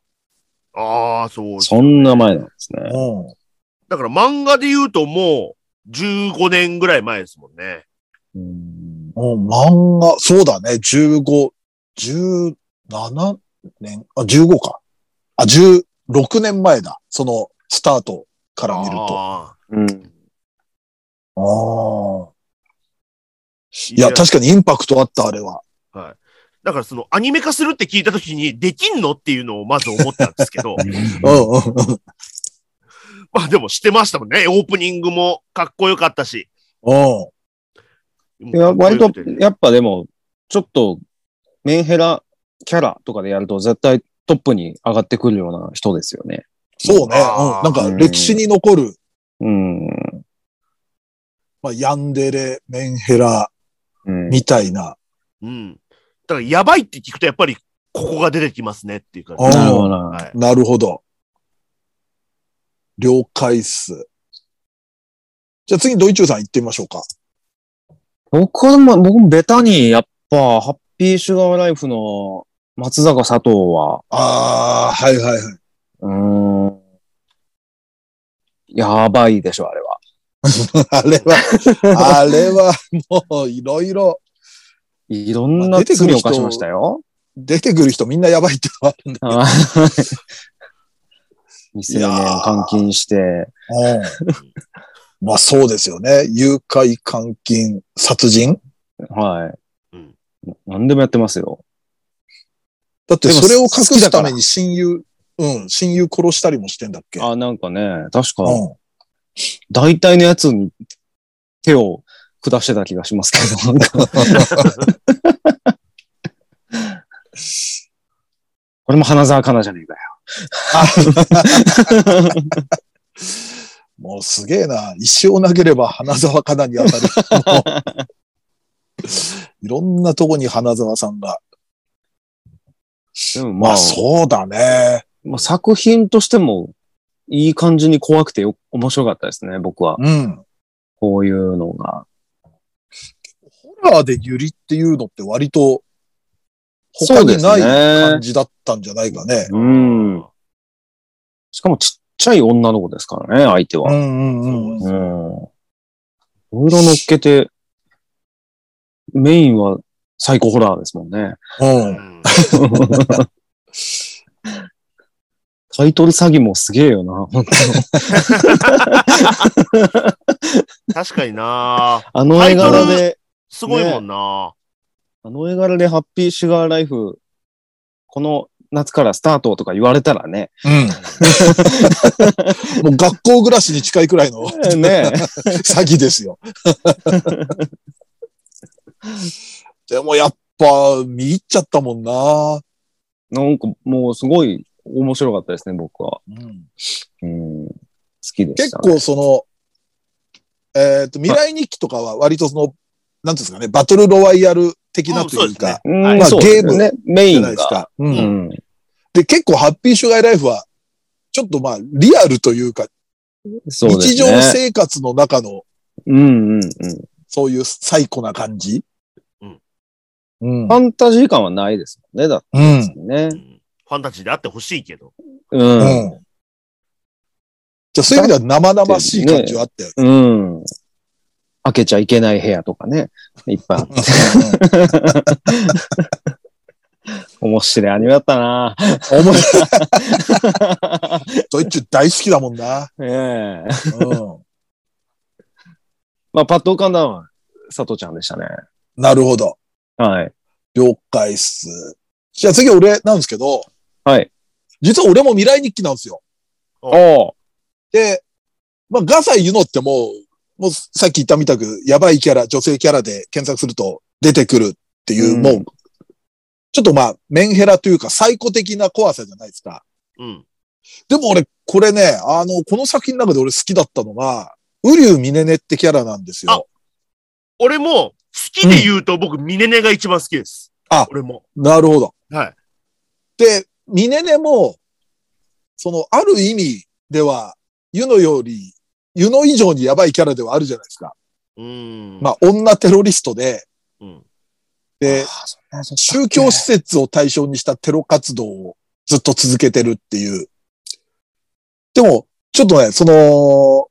[SPEAKER 4] ああ、そう。
[SPEAKER 3] そんな前なんです
[SPEAKER 2] う
[SPEAKER 3] ね。
[SPEAKER 2] ん。
[SPEAKER 4] だから漫画で言うともう15年ぐらい前ですもんね。
[SPEAKER 3] うん
[SPEAKER 2] うん、漫画、そうだね。15、17年、あ、15か。あ、16年前だ。その、スタートから見ると。
[SPEAKER 4] あ
[SPEAKER 3] うん。
[SPEAKER 2] ああ。
[SPEAKER 4] ー
[SPEAKER 2] いや、確かにインパクトあった、あれは。
[SPEAKER 4] だからそのアニメ化するって聞いた時にできんのっていうのをまず思ったんですけ ど、
[SPEAKER 2] うん、うん、
[SPEAKER 4] まあでもしてましたもんね。オープニングもかっこよかったし。
[SPEAKER 2] うん。
[SPEAKER 3] いや、割と
[SPEAKER 4] かっこよく、て
[SPEAKER 3] やっぱでも、ちょっと、メンヘラキャラとかでやると、絶対トップに上がってくるような人ですよね。
[SPEAKER 2] そうね。
[SPEAKER 4] あ
[SPEAKER 2] う
[SPEAKER 4] ー
[SPEAKER 2] ん。なんか、歴史に残る、
[SPEAKER 3] うん。
[SPEAKER 2] まあ、ヤンデレ、メンヘラ、
[SPEAKER 3] うん
[SPEAKER 2] みたいな。
[SPEAKER 4] うん。だからやばいって聞くとやっぱりここが出てきますねっていう感じ。
[SPEAKER 2] あ
[SPEAKER 3] なるほどな。
[SPEAKER 4] はい、
[SPEAKER 2] なるほど。了解っす。じゃあ次、ドイチューさん行ってみましょうか。
[SPEAKER 3] 僕は、まあ、僕もベタに、やっぱ、ハッピーシュガーライフの松坂佐藤は、
[SPEAKER 2] ああ、はい はいはい。
[SPEAKER 3] うーん、やばいでしょ、あれは。
[SPEAKER 2] あれは、あれは、もう、いろいろ、
[SPEAKER 3] いろんな
[SPEAKER 2] 出てく
[SPEAKER 3] 罪
[SPEAKER 2] る
[SPEAKER 3] を
[SPEAKER 2] 人
[SPEAKER 3] 犯しましたよ。
[SPEAKER 2] 出てくる人みんなやばいってのはあるんだけど。
[SPEAKER 3] はい未成年を監禁して、
[SPEAKER 2] うんまあそうですよね。誘拐、監禁、殺人。
[SPEAKER 3] はい。
[SPEAKER 4] うん
[SPEAKER 3] 何でもやってますよ。
[SPEAKER 2] だって
[SPEAKER 3] でも
[SPEAKER 2] それを隠すため
[SPEAKER 3] 好
[SPEAKER 2] に親友、うん、親友殺したりもしてんだっけ。
[SPEAKER 3] あ、なんかね、確か、
[SPEAKER 2] うん、
[SPEAKER 3] 大体のやつに手を下してた気がしますけど、なんか。 これも花沢香菜じゃねえかよ。
[SPEAKER 2] もうすげえな。石を投げれば花沢香菜に当たる。 もういろんなとこに花沢さんが。
[SPEAKER 3] でもま
[SPEAKER 2] ま
[SPEAKER 3] あ、
[SPEAKER 2] あそうだね。
[SPEAKER 3] まあ作品としても、いい感じに怖くてよ面白かったですね、僕は。
[SPEAKER 2] うん。
[SPEAKER 3] こういうのが。
[SPEAKER 2] ホラーでユリっていうのって割と他
[SPEAKER 3] そうで
[SPEAKER 2] に
[SPEAKER 3] す
[SPEAKER 2] ない
[SPEAKER 3] ね
[SPEAKER 2] 感。じだったんじゃないかね。
[SPEAKER 3] うん。しかもちっちゃい女の子ですからね、相手は。
[SPEAKER 2] ん
[SPEAKER 4] うんうん
[SPEAKER 3] うん。いろいろ乗っけて、メインはサイコホラーですも んね。
[SPEAKER 4] う
[SPEAKER 2] う。
[SPEAKER 4] んん
[SPEAKER 3] 買い取り詐欺もすげえよな、本当
[SPEAKER 4] 確かにな
[SPEAKER 3] あの絵柄
[SPEAKER 4] 買い取
[SPEAKER 3] で、
[SPEAKER 4] すごいもんな、
[SPEAKER 3] あの絵柄でハッピーシュガーライフ、この夏からスタートとか言われたらね。
[SPEAKER 2] うん。もう学校暮らしに近いくらい の
[SPEAKER 3] ね
[SPEAKER 2] 詐欺です よ。でもやっぱ見入っちゃったもんな。
[SPEAKER 3] え。なんかもうすごい面白かったですね、僕は。
[SPEAKER 2] うん、
[SPEAKER 3] うん。好きでし
[SPEAKER 2] 結
[SPEAKER 3] た、ね。
[SPEAKER 2] 構その、えっ、と、未来日記とかは割とその、なんていうんですかね、バトルロワイヤル的なというか、
[SPEAKER 3] うん、
[SPEAKER 4] はい
[SPEAKER 2] まあ
[SPEAKER 3] そうですよ
[SPEAKER 2] ゲ
[SPEAKER 3] ね。メ
[SPEAKER 2] じ
[SPEAKER 3] イ
[SPEAKER 2] ゃない
[SPEAKER 3] ン
[SPEAKER 2] です
[SPEAKER 3] が。
[SPEAKER 2] か。う
[SPEAKER 3] うんん。
[SPEAKER 2] で、結構ハッピーシュガイライフは、ちょっとまあ、リアルというか、
[SPEAKER 3] そうですね。
[SPEAKER 2] 日常生活の中の
[SPEAKER 3] うんうんうん。
[SPEAKER 2] そういうサイコな感じ。
[SPEAKER 4] うん。
[SPEAKER 2] うん
[SPEAKER 3] フ。ァンタジー感はないですもんね、だって
[SPEAKER 2] うん。
[SPEAKER 3] ね
[SPEAKER 4] う。んファンタジーであってほしいけど。
[SPEAKER 3] うん。
[SPEAKER 2] じゃあそういう意味では生々しい感じはあったよ。
[SPEAKER 3] うん。開けちゃいけない部屋とかね。いっぱいあって。面白いアニメだったな
[SPEAKER 2] うん面白い。ドイツ大好きだもんな。
[SPEAKER 3] ええ
[SPEAKER 2] う
[SPEAKER 3] まあ、パッと浮かんだのは、佐藤ちゃんでしたね。
[SPEAKER 2] ん。なるほど。
[SPEAKER 3] はい。
[SPEAKER 2] 了解っす。じゃあ次俺なんですけど、
[SPEAKER 3] はい。
[SPEAKER 2] 実は俺も未来日記なんですよ。
[SPEAKER 3] おう
[SPEAKER 2] で、まあ、ガサイユノってもう、もうさっき言ったみたく、やばいキャラ、女性キャラで検索すると出てくるっていう、
[SPEAKER 3] うん
[SPEAKER 2] もう、ちょっとまあ、メンヘラというか、最古的な怖さじゃないですか。
[SPEAKER 4] うん。
[SPEAKER 2] でも俺、これね、あの、この作品の中で俺好きだったのが、ウリュウミネネってキャラなんですよ。
[SPEAKER 4] 俺も、好きで言うと僕、ミネネが一番好きです。
[SPEAKER 2] あ
[SPEAKER 4] 俺も。
[SPEAKER 2] なるほど。
[SPEAKER 4] はい。
[SPEAKER 2] で、ミネネも、その、ある意味では、ユノより、ユノ以上にやばいキャラではあるじゃないですか。
[SPEAKER 4] うん。
[SPEAKER 2] ま
[SPEAKER 4] あ、
[SPEAKER 2] あ、女テロリストで、
[SPEAKER 4] うん。
[SPEAKER 2] で、
[SPEAKER 3] あそんなそっか
[SPEAKER 2] 宗教施設を対象にしたテロ活動をずっと続けてるっていう。でも、ちょっとね、その、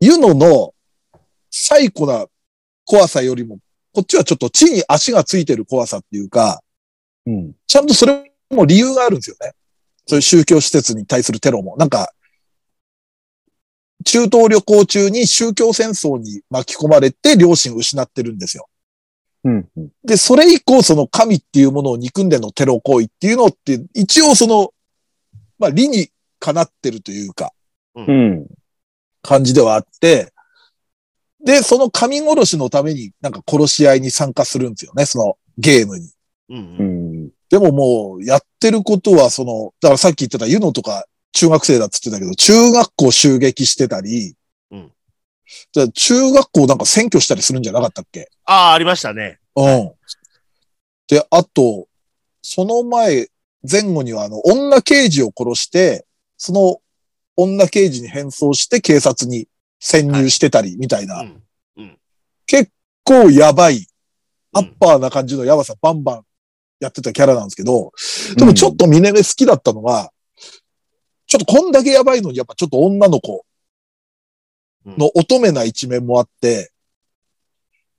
[SPEAKER 2] ユノの最古な怖さよりも、こっちはちょっと地に足がついてる怖さっていうか、
[SPEAKER 3] うん。
[SPEAKER 2] ちゃんとそれも理由があるんですよね。そういう宗教施設に対するテロも。なんか、中東旅行中に宗教戦争に巻き込まれて両親を失ってるんですよ。
[SPEAKER 3] うん。うん
[SPEAKER 2] で、それ以降、その神っていうものを憎んでのテロ行為っていうのって、一応その、まあ、理にかなってるというか、
[SPEAKER 3] うん。
[SPEAKER 2] 感じではあって、で、その神殺しのために、なんか殺し合いに参加するんですよね、そのゲームに。
[SPEAKER 4] う。
[SPEAKER 3] うんん。
[SPEAKER 2] でももう、やってることは、その、だからさっき言ってたユノとか中学生だって言ってたけど、中学校襲撃してたり、
[SPEAKER 4] うん
[SPEAKER 2] じゃあ中学校なんか占拠したりするんじゃなかったっけ
[SPEAKER 4] ああ、ありましたね。
[SPEAKER 2] うん。で、あと、その前、前後には、あの、女刑事を殺して、その女刑事に変装して警察に潜入してたり、みたいな、
[SPEAKER 4] うん。
[SPEAKER 2] こうやばい、
[SPEAKER 4] う
[SPEAKER 2] ア
[SPEAKER 4] ん
[SPEAKER 2] ッパーな感じのやばさバンバンやってたキャラなんですけど、でもちょっとミネネ好きだったのは、ちょっとこんだけやばいのに、やっぱちょっと女の子の乙女な一面もあって、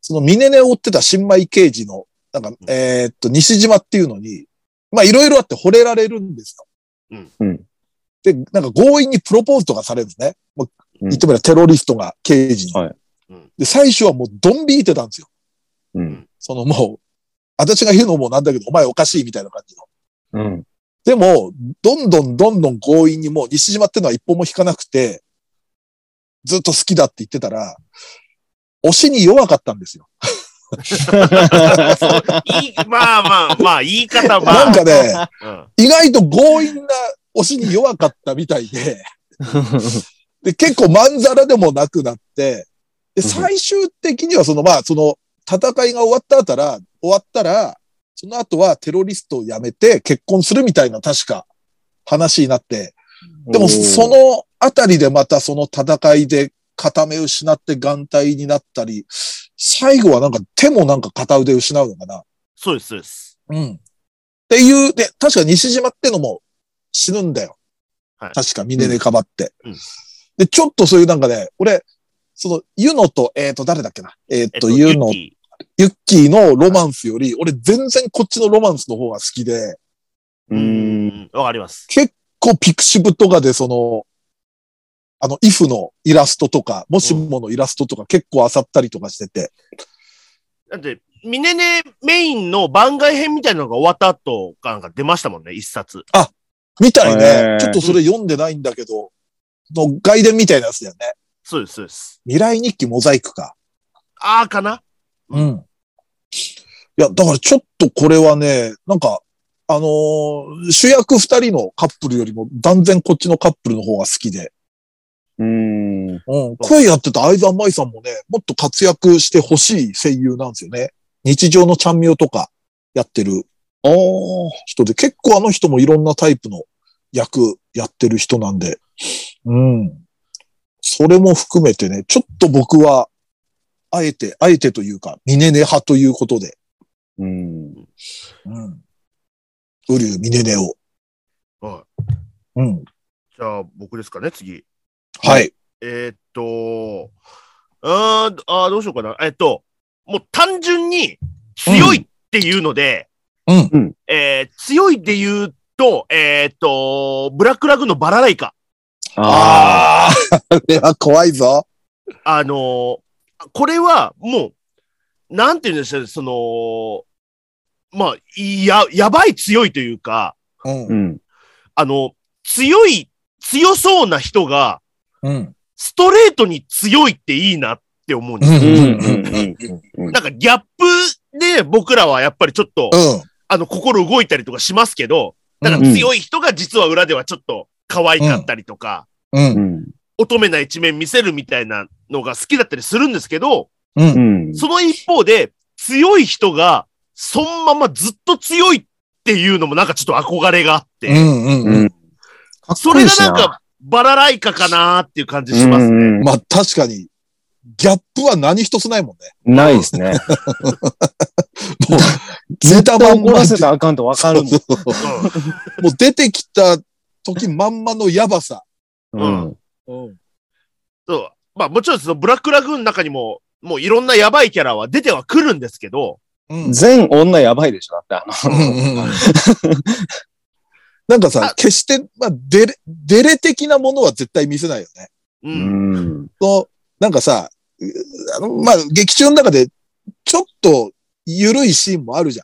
[SPEAKER 2] そのミネネを追ってた新米刑事の、なんか、えーっと、西島っていうのに、まあいろいろあって惚れられるんですよ。
[SPEAKER 3] うんうん
[SPEAKER 2] で、なんか強引にプロポーズとかされるんですね。もう
[SPEAKER 3] うん
[SPEAKER 2] 言ってみればテロリストが刑事に。
[SPEAKER 3] はい
[SPEAKER 4] うん
[SPEAKER 2] で、最初はもうドン引いてたんですよ。
[SPEAKER 3] うん。
[SPEAKER 2] そのもう、私が言うのもなんだけど、お前おかしいみたいな感じの。
[SPEAKER 3] うん。
[SPEAKER 2] でも、どんどんどんどん強引にもう西島ってのは一歩も引かなくて、ずっと好きだって言ってたら、推しに弱かったんですよ。
[SPEAKER 4] そういいまあまあまあ、言い方まあ。
[SPEAKER 2] なんかね、
[SPEAKER 4] うん
[SPEAKER 2] 意外と強引な推しに弱かったみたいで、で、結構まんざらでもなくなって、で、最終的にはその、まあ、その、戦いが終わったあたら、終わったら、その後はテロリストを辞めて結婚するみたいな確か話になって、 でも、そのあたりでまたその戦いで片目失って眼帯になったり、最後はなんか手もなんか片腕失うのかな。
[SPEAKER 4] そうです、そうです。
[SPEAKER 2] うん。っていう、で、確か西島ってのも死ぬんだよ。
[SPEAKER 4] はい
[SPEAKER 2] 確か、峰でかばって、
[SPEAKER 4] うんうん
[SPEAKER 2] で、ちょっとそういうなんかね、俺、その、ユノと、えっ、と、誰だっけな。えっ、
[SPEAKER 4] えっ
[SPEAKER 2] と、ユノ
[SPEAKER 4] ユッキ
[SPEAKER 2] ユッキーのロマンスより、俺全然こっちのロマンスの方が好きで、
[SPEAKER 3] う。
[SPEAKER 4] うんん。わかります。
[SPEAKER 2] 結構ピクシブとかでその、あの、イフのイラストとか、もしものイラストとか結構漁ったりとかしてて、
[SPEAKER 4] だって、ミネネメインの番外編みたいなのが終わった後かなんか出ましたもんね、一冊。
[SPEAKER 2] みたい
[SPEAKER 3] へ
[SPEAKER 2] ね
[SPEAKER 3] ー。
[SPEAKER 2] ちょっとそれ読んでないんだけど、の外伝みたいなやつだよね。
[SPEAKER 4] そうです、そうです。
[SPEAKER 2] 未来日記モザイクか。
[SPEAKER 4] あーかな
[SPEAKER 2] うん。いや、だからちょっとこれはね、なんか、あのー主役二人のカップルよりも断然こっちのカップルの方が好きで。
[SPEAKER 3] うん。
[SPEAKER 2] うん。声やってた相沢舞さんもね、もっと活躍してほしい声優なんですよね。日常のちゃんみよとかやってる
[SPEAKER 3] おー。
[SPEAKER 2] 人で、結構あの人もいろんなタイプの役やってる人なんで、うん。それも含めてね、ちょっと僕は、あえて、あえてというか、ミネネ派ということで、
[SPEAKER 3] う
[SPEAKER 2] うん。
[SPEAKER 3] ん。
[SPEAKER 2] ウリュウミネネを。
[SPEAKER 4] は
[SPEAKER 2] うん。
[SPEAKER 4] い。じゃあ、僕ですかね、次。
[SPEAKER 2] はい。
[SPEAKER 4] えーっと、あーあー、どうしようかな。えっと、もう単純に強いっていうので、
[SPEAKER 2] うん
[SPEAKER 3] うん
[SPEAKER 4] えー強いで言うと、えーっと、ブラックラグのバラライカ。
[SPEAKER 3] あ
[SPEAKER 2] ああー、これは怖 いぞ。
[SPEAKER 4] あのーこれはもう、なんていうんでしょうね、その、まあ、いや、やばい強いというか、
[SPEAKER 2] う。
[SPEAKER 3] ー。うんん。
[SPEAKER 4] あの、強い、強そうな人が、
[SPEAKER 2] うん。
[SPEAKER 4] ストレートに強いっていいなって思うんですよ
[SPEAKER 3] うん。うん。うん。
[SPEAKER 4] なんかギャップで僕らはやっぱりちょっと、
[SPEAKER 2] うん。
[SPEAKER 4] あの、心動いたりとかしますけど、だから強い人が実は裏ではちょっと可愛かったりとか、
[SPEAKER 2] うん。
[SPEAKER 4] 乙女な一面見せるみたいなのが好きだったりするんですけど、
[SPEAKER 2] うん。
[SPEAKER 3] う
[SPEAKER 2] うん。
[SPEAKER 3] ん。
[SPEAKER 4] その一方で強い人がそのままずっと強いっていうのもなんかちょっと憧れがあって、
[SPEAKER 2] うん。うん。
[SPEAKER 3] うん。
[SPEAKER 4] それがなんかバラライカかなーっていう感じしますね。
[SPEAKER 3] ね。
[SPEAKER 2] まあ確かに、ギャップは何一つないもんね。
[SPEAKER 3] ないですね。
[SPEAKER 2] もう、
[SPEAKER 3] 絶対怒ら
[SPEAKER 2] マジ
[SPEAKER 3] せたらあかんとわかるもん
[SPEAKER 2] そうそうもう出てきた時まんまのやばさ。
[SPEAKER 3] うん。
[SPEAKER 4] うんそうまあもちろんそのブラックラグーンの中にも、もういろんなやばいキャラは出てはくるんですけど、
[SPEAKER 2] うん
[SPEAKER 3] 全女やばいでしょだってあの。
[SPEAKER 2] なんかさ、決して、まあ、デレ、デレ的なものは絶対見せないよね。
[SPEAKER 4] う。
[SPEAKER 3] うんん。
[SPEAKER 2] と、なんかさ、うあの、まあ、劇中の中で、ちょっと、緩いシーンもあるじゃん。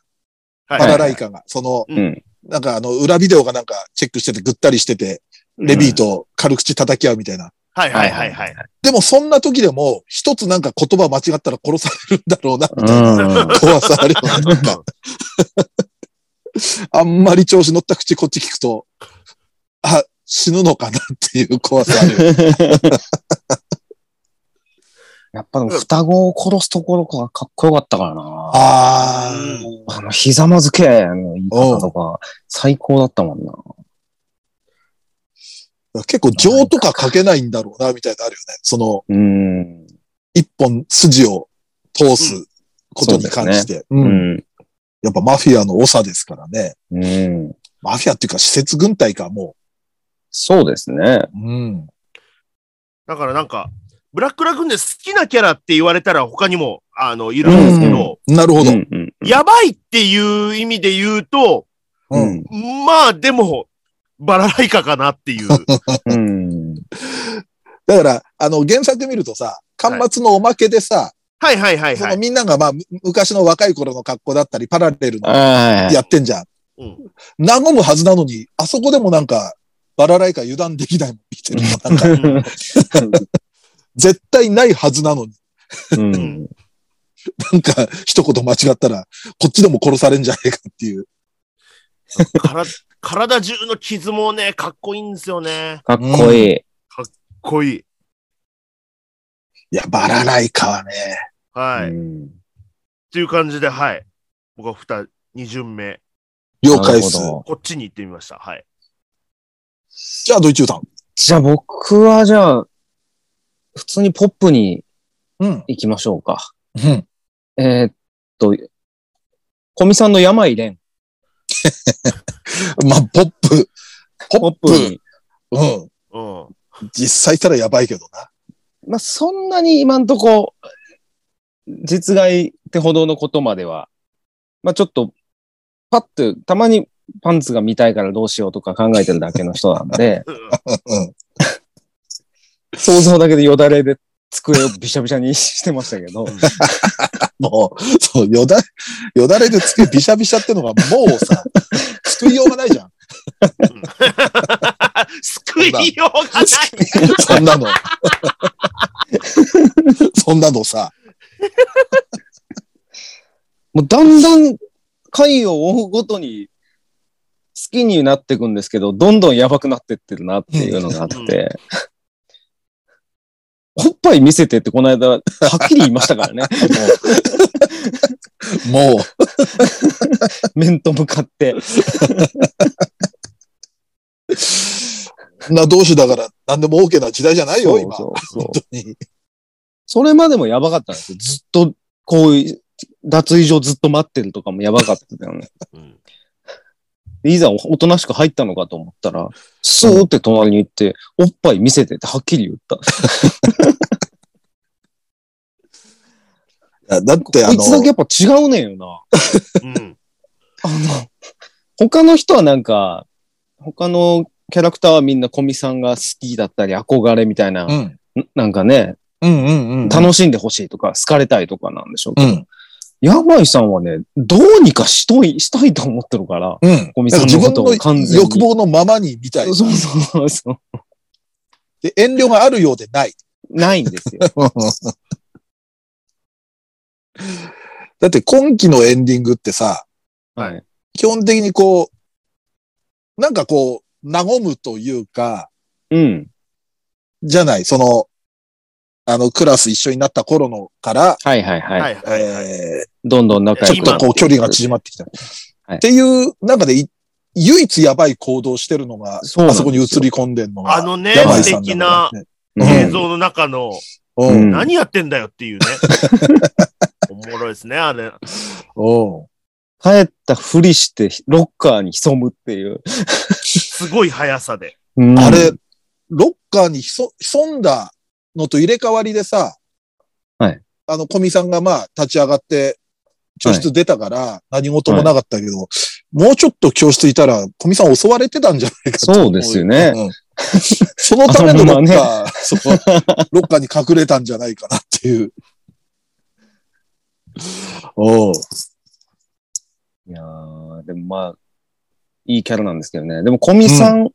[SPEAKER 4] はい
[SPEAKER 2] パラライカが。その、
[SPEAKER 3] うん。
[SPEAKER 2] なんかあの、裏ビデオがなんかチェックしててぐったりしてて、レビーと軽口叩き合うみたいな。
[SPEAKER 4] はいはいはいはい。
[SPEAKER 2] でもそんな時でも、一つなんか言葉間違ったら殺されるんだろうな、
[SPEAKER 3] う。
[SPEAKER 2] みたいなん怖さあるよね。なんかあんまり調子乗った口こっち聞くと、あ、死ぬのかなっていう 怖さある。
[SPEAKER 3] やっぱでも双子を殺すところがかっこよかったからな。
[SPEAKER 2] あ
[SPEAKER 3] あの、ひざまずけの言い方とか、最高だったもんな。
[SPEAKER 2] あ。結構情とか書けないんだろうな、みたいなのあるよね。その、
[SPEAKER 3] うん。
[SPEAKER 2] 一本筋を通すことに関して。う
[SPEAKER 3] うんん。
[SPEAKER 2] やっぱマフィアの長ですからね。
[SPEAKER 3] うん。
[SPEAKER 2] マフィアっていうか施設軍隊か、も
[SPEAKER 3] そうですね。
[SPEAKER 2] う。うん。
[SPEAKER 4] だからなんか、ブラックラグーンで好きなキャラって言われたら他にも、あの、いるんですけど、
[SPEAKER 2] なるほど。うん。
[SPEAKER 4] やばいっていう意味で言うと、
[SPEAKER 3] うん。
[SPEAKER 4] まあでも、バラライカかなっていう。
[SPEAKER 3] うん。
[SPEAKER 2] だから、あの、原作見るとさ、端末のおまけでさ、
[SPEAKER 4] はいはいはい
[SPEAKER 2] そ
[SPEAKER 4] は
[SPEAKER 2] の
[SPEAKER 4] い。
[SPEAKER 2] みんながまあ、む昔の若い頃の格好だったり、パラレルの
[SPEAKER 3] あ
[SPEAKER 2] やってんじゃん。
[SPEAKER 4] うん、
[SPEAKER 2] 和むはずなのに、あそこでもなんか、バラライカ油断できないもん見てるの。なんか、絶対ないはずなのに、
[SPEAKER 3] うん。
[SPEAKER 2] なんか、一言間違ったら、こっちでも殺されんじゃねえかっていう。
[SPEAKER 4] から体中の傷もね、かっこいいんですよね。
[SPEAKER 3] かっこいい。
[SPEAKER 4] かっこいい。
[SPEAKER 2] いや、バラライカはね、
[SPEAKER 4] はい。っ
[SPEAKER 3] うん
[SPEAKER 4] ていう感じで、はい。僕は二、二巡目。
[SPEAKER 2] 了解です
[SPEAKER 3] なる。ほど
[SPEAKER 4] こっちに行ってみました。はい。
[SPEAKER 2] じゃあ、ドイチューさん。
[SPEAKER 3] じゃあ僕はじゃあ、普通にポップに
[SPEAKER 2] うん。
[SPEAKER 3] 行きましょうか。
[SPEAKER 2] うん。
[SPEAKER 3] えーっと、コミさんの山井蓮。
[SPEAKER 2] まあ、ポップ。
[SPEAKER 3] ポ
[SPEAKER 2] ポ
[SPEAKER 3] ッ
[SPEAKER 2] ッ
[SPEAKER 3] プ
[SPEAKER 2] プ。
[SPEAKER 3] に。
[SPEAKER 2] う
[SPEAKER 4] う
[SPEAKER 2] ん。
[SPEAKER 4] ん。
[SPEAKER 2] 実際いたらやばいけどな。
[SPEAKER 3] まあ、そんなに今んとこ、実害ってほどのことまでは、まあちょっと、パッと、たまにパンツが見たいからどうしようとか考えてるだけの人なんで、
[SPEAKER 2] うん
[SPEAKER 3] 想像だけでよだれで机をびしゃびしゃにしてましたけど、
[SPEAKER 2] もう、そう、よだ、よだれで机びしゃびしゃってのがもうさ、救いようがないじゃん。
[SPEAKER 4] 救いようがない。
[SPEAKER 2] そんなの。そんなのさ、
[SPEAKER 3] もうだんだん回を追うごとに好きになっていくんですけど、どんどんやばくなってってるなっていうのが あって、おっぱい見せてってこの間、はっきり言いました からね。も
[SPEAKER 2] も
[SPEAKER 3] う面と向かって。
[SPEAKER 2] う、女同士だから何でも OK な時代じゃないよ、今。
[SPEAKER 3] そうそうそう
[SPEAKER 2] 本当に。
[SPEAKER 3] それまでもやばかったんですよ。ずっと、こういう、脱衣所ずっと待ってるとかもやばかったよね。
[SPEAKER 4] うん
[SPEAKER 3] でいざおおとなしく入ったのかと思ったら、スーって隣に行って、おっぱい見せてってはっきり言った。
[SPEAKER 2] いやだって、あ
[SPEAKER 3] こいつだ
[SPEAKER 2] の
[SPEAKER 3] け、やっぱ違うねんよな。
[SPEAKER 4] うん
[SPEAKER 3] あの、他の人はなんか、他のキャラクターはみんなコミさんが好きだったり憧れみたいな、
[SPEAKER 2] うん。
[SPEAKER 3] なんかね、
[SPEAKER 2] うんうんうん。
[SPEAKER 3] 楽しんでほしいとか好かれたいとかなんでしょうけ
[SPEAKER 2] う
[SPEAKER 3] ど、
[SPEAKER 2] ん。
[SPEAKER 3] ヤバイさんはね、どうにかしとい、したいと思ってるから、
[SPEAKER 2] うん。
[SPEAKER 3] コミ
[SPEAKER 2] な
[SPEAKER 3] さ
[SPEAKER 2] ん
[SPEAKER 3] ん
[SPEAKER 2] か自
[SPEAKER 3] のこ
[SPEAKER 2] 分
[SPEAKER 3] とを完
[SPEAKER 2] の
[SPEAKER 3] 全に。
[SPEAKER 2] 欲望のままにみたい
[SPEAKER 3] そうそうそう。
[SPEAKER 2] で。遠慮があるようでない。
[SPEAKER 3] ないん ですよ。
[SPEAKER 2] だって今期のエンディングってさ、
[SPEAKER 3] はい。
[SPEAKER 2] 基本的にこう、なんかこう、和むというか、
[SPEAKER 3] うん。
[SPEAKER 2] じゃない、その、あの、クラス一緒になった頃のから、
[SPEAKER 3] はいはいはい。
[SPEAKER 4] はいはいはい。
[SPEAKER 2] え
[SPEAKER 3] どんどん仲
[SPEAKER 2] ー
[SPEAKER 3] 良
[SPEAKER 2] ちょ
[SPEAKER 3] く
[SPEAKER 2] っ
[SPEAKER 3] な
[SPEAKER 2] と
[SPEAKER 3] って
[SPEAKER 2] こう距離が縮まってきた。
[SPEAKER 3] はい
[SPEAKER 2] っていう中でい、唯一やばい行動してるのが、
[SPEAKER 3] そうな
[SPEAKER 2] あ
[SPEAKER 3] んですよ
[SPEAKER 2] そこに映り込んでんのが。
[SPEAKER 4] あのね、
[SPEAKER 2] ヤバイ
[SPEAKER 4] 素
[SPEAKER 2] さんだ
[SPEAKER 4] 敵
[SPEAKER 2] か
[SPEAKER 4] な
[SPEAKER 2] らね
[SPEAKER 3] うん
[SPEAKER 4] 映像の中の、
[SPEAKER 2] うん
[SPEAKER 3] うん
[SPEAKER 4] 何やってんだよっていうね。おもろいですね、あれ。
[SPEAKER 2] おう
[SPEAKER 3] 帰ったふりして、ロッカーに潜むっていう。
[SPEAKER 4] すごい速さで。
[SPEAKER 3] うん
[SPEAKER 2] あれ、ロッカーに潜潜んだのと入れ替わりでさ、
[SPEAKER 3] はい
[SPEAKER 2] あの、小見さんがまあ、立ち上がって、教室出たから何事もなかったけど、もうちょっと教室いたら、小見さん襲われてたんじゃないかと思
[SPEAKER 3] そうですよね。
[SPEAKER 2] うん そのためのロッカ
[SPEAKER 3] あの
[SPEAKER 2] ー、そうロッカーに隠れたんじゃないかなって いう。おう
[SPEAKER 3] いやーでもまあ、いいキャラなんですけどね。でも、コミさん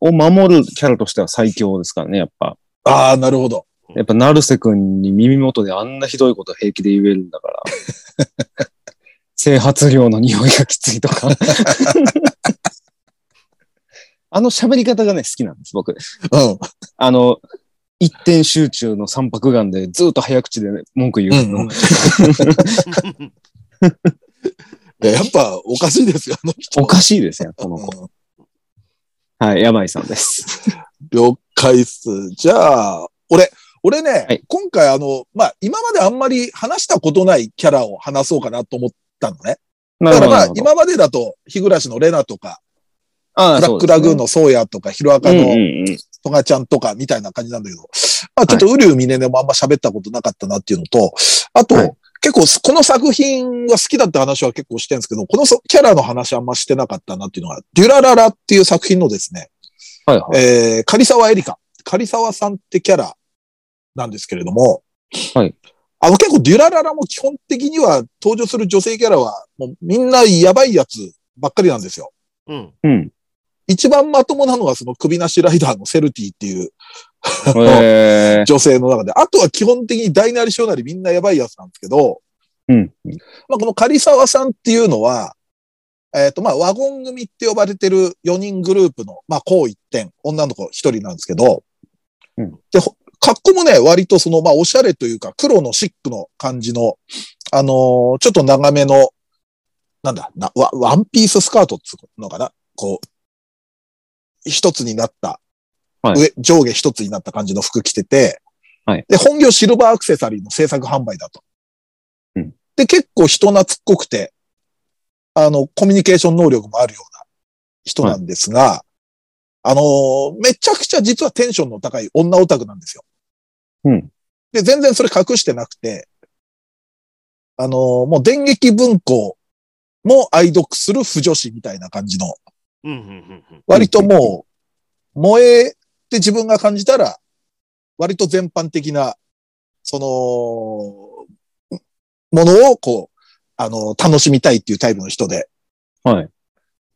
[SPEAKER 3] を守るキャラとしては最強ですからね、やっぱ。
[SPEAKER 2] ああ、なるほど。
[SPEAKER 3] やっぱ、成瀬くんに耳元であんなひどいこと平気で言えるんだから。 整髪量の匂いがきついとか。 あの喋り方がね、好きなんです、僕。
[SPEAKER 2] うん。
[SPEAKER 3] あの、一点集中の三白眼でずっと早口で文句言うの。
[SPEAKER 2] うんうんいややっぱおかしいですよ、あの人。
[SPEAKER 3] おかしいですよ、この子。
[SPEAKER 2] うん
[SPEAKER 3] はい、ヤバイさんです。
[SPEAKER 2] 了解っす。じゃあ、俺、俺ね、
[SPEAKER 3] はい
[SPEAKER 2] 今回あの、まあ、今まであんまり話したことないキャラを話そうかなと思ったのね。
[SPEAKER 3] な
[SPEAKER 2] だからま
[SPEAKER 3] な
[SPEAKER 2] あ、今までだと、日暮らしのレナとか、
[SPEAKER 3] あ
[SPEAKER 2] ブラックラグーンのソーヤとか、ヒロアカ
[SPEAKER 3] うん
[SPEAKER 2] の
[SPEAKER 3] うんうん
[SPEAKER 2] トガちゃんとかみたいな感じなんだけど、まあ、ちょっとウリュウミネネもあんま喋ったことなかったなっていうのと、あと、
[SPEAKER 3] はい
[SPEAKER 2] 結構この作品が好きだって話は結構してるんですけど、このそキャラの話あんましてなかったなっていうのが、デュラララっていう作品のですね、
[SPEAKER 3] はいはい。
[SPEAKER 2] えー、狩沢エリカ。狩沢さんってキャラなんですけれども。
[SPEAKER 3] はい。
[SPEAKER 2] あの結構デュラララも基本的には登場する女性キャラはもうみんなやばいやつばっかりなんですよ。
[SPEAKER 4] うん。
[SPEAKER 3] うん。
[SPEAKER 2] 一番まともなのがその首なしライダーのセルティっていう
[SPEAKER 3] えー
[SPEAKER 2] 女性の中で、あとは基本的に大なり小なりみんなやばいやつなんですけど、
[SPEAKER 3] うん。
[SPEAKER 2] まあこの狩沢さんっていうのは、えっ、とまあワゴン組って呼ばれてる4人グループの、まあこう一点、女の子一人なんですけど、
[SPEAKER 3] うん
[SPEAKER 2] で、ほ格好もね、割とその、まあ、おしゃれというか、黒のシックの感じの、あのーちょっと長めの、なんだ、なワワンピーススカートっつうのかなこう、一つになった、
[SPEAKER 3] はい
[SPEAKER 2] 上上下一つになった感じの服着てて、
[SPEAKER 3] はい
[SPEAKER 2] で、本業シルバーアクセサリーの制作販売だと。
[SPEAKER 3] うん
[SPEAKER 2] で、結構人懐っこくて、あの、コミュニケーション能力もあるような人なんですが、あのーめちゃくちゃ実はテンションの高い女オタクなんですよ。
[SPEAKER 3] うん。
[SPEAKER 2] で、全然それ隠してなくて、あのーもう電撃文庫も愛読する不女子みたいな感じの、
[SPEAKER 4] うん、うん、うんうん。
[SPEAKER 2] 割ともう、萌えって自分が感じたら、割と全般的な、その、ものをこう、あのー楽しみたいっていうタイプの人で。
[SPEAKER 3] はい。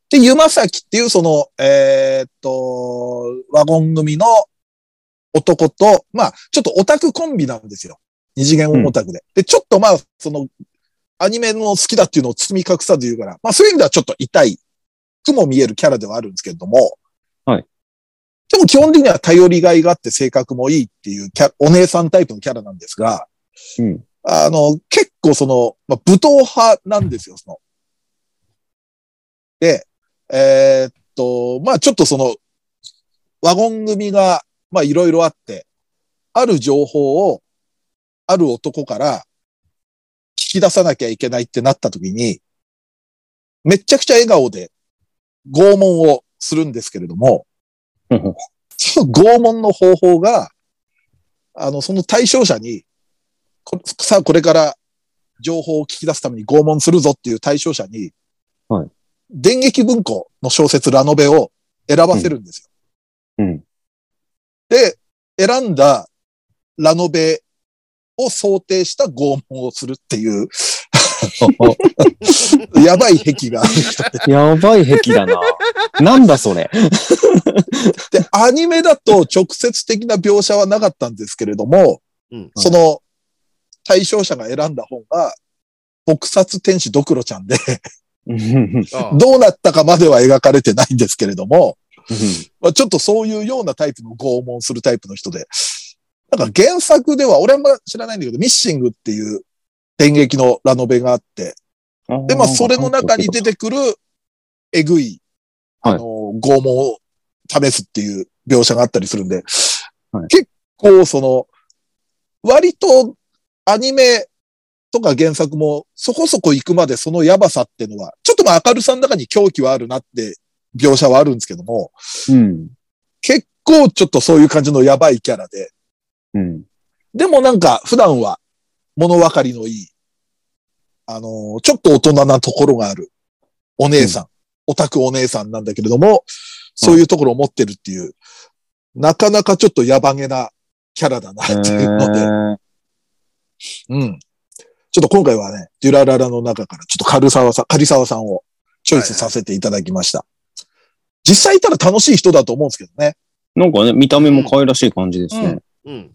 [SPEAKER 2] で、ゆまさきっていうその、えーっと、ワゴン組の男と、まあ、ちょっとオタクコンビなんですよ。二次元オタクで。で、ちょっとまあ、その、アニメの好きだっていうのを包み隠さず言うから、まあそういう意味ではちょっと痛い、くも見えるキャラではあるんですけれども、
[SPEAKER 3] はい。
[SPEAKER 2] でも基本的には頼りがいがあって性格もいいっていうキャラ、お姉さんタイプのキャラなんですが、
[SPEAKER 3] うん。
[SPEAKER 2] あの、結構その、まあ、武闘派なんですよ、その。で、えーっと、まあちょっとその、ワゴン組が、まあいろいろあって、ある情報を、ある男から聞き出さなきゃいけないってなった時に、めっちゃくちゃ笑顔で拷問をするんですけれども、その拷問の方法が、あの、その対象者に、こさあこれから情報を聞き出すために拷問するぞっていう対象者に、
[SPEAKER 3] はい
[SPEAKER 2] 電撃文庫の小説ラノベを選ばせるんですよ。
[SPEAKER 3] うん。
[SPEAKER 2] で、選んだラノベを想定した拷問をするっていう、やばい癖がある人で。
[SPEAKER 3] やばい壁だな。なんだそれ。
[SPEAKER 2] で、 アニメだと直接的な描写はなかったんですけれども、
[SPEAKER 4] うん
[SPEAKER 2] その対象者が選んだ本が、撲殺天使ドクロちゃんで、
[SPEAKER 4] ああ
[SPEAKER 2] どうなったかまでは描かれてないんですけれども、まあ、ちょっとそういうようなタイプの拷問するタイプの人で、なんか原作では、俺はあんま知らないんだけど、ミッシングっていう電撃のラノベがあって、で、まあ、それの中に出てくる、えぐい、あ
[SPEAKER 3] はい
[SPEAKER 2] の、拷問を試すっていう描写があったりするんで、
[SPEAKER 3] はい
[SPEAKER 2] 結構、その、割とアニメとか原作もそこそこ行くまでそのやばさってのは、ちょっとまあ明るさの中に狂気はあるなって描写はあるんですけども、
[SPEAKER 3] うん。
[SPEAKER 2] 結構ちょっとそういう感じのやばいキャラで、
[SPEAKER 3] うん。
[SPEAKER 2] でもなんか普段は物分かりのいい、あのーちょっと大人なところがあるお姉さん、オタクお姉さんなんだけれども、そういうところを持ってるっていう、なかなかちょっとやばげなキャラだなっていうので、うん。ちょっと今回はね、デュラララの中からちょっと軽沢さん、カリサワさんをチョイスさせていただきました。実際いたら楽しい人だと思うんですけどね。
[SPEAKER 3] なんかね、見た目も可愛らしい感じですね。
[SPEAKER 4] うん。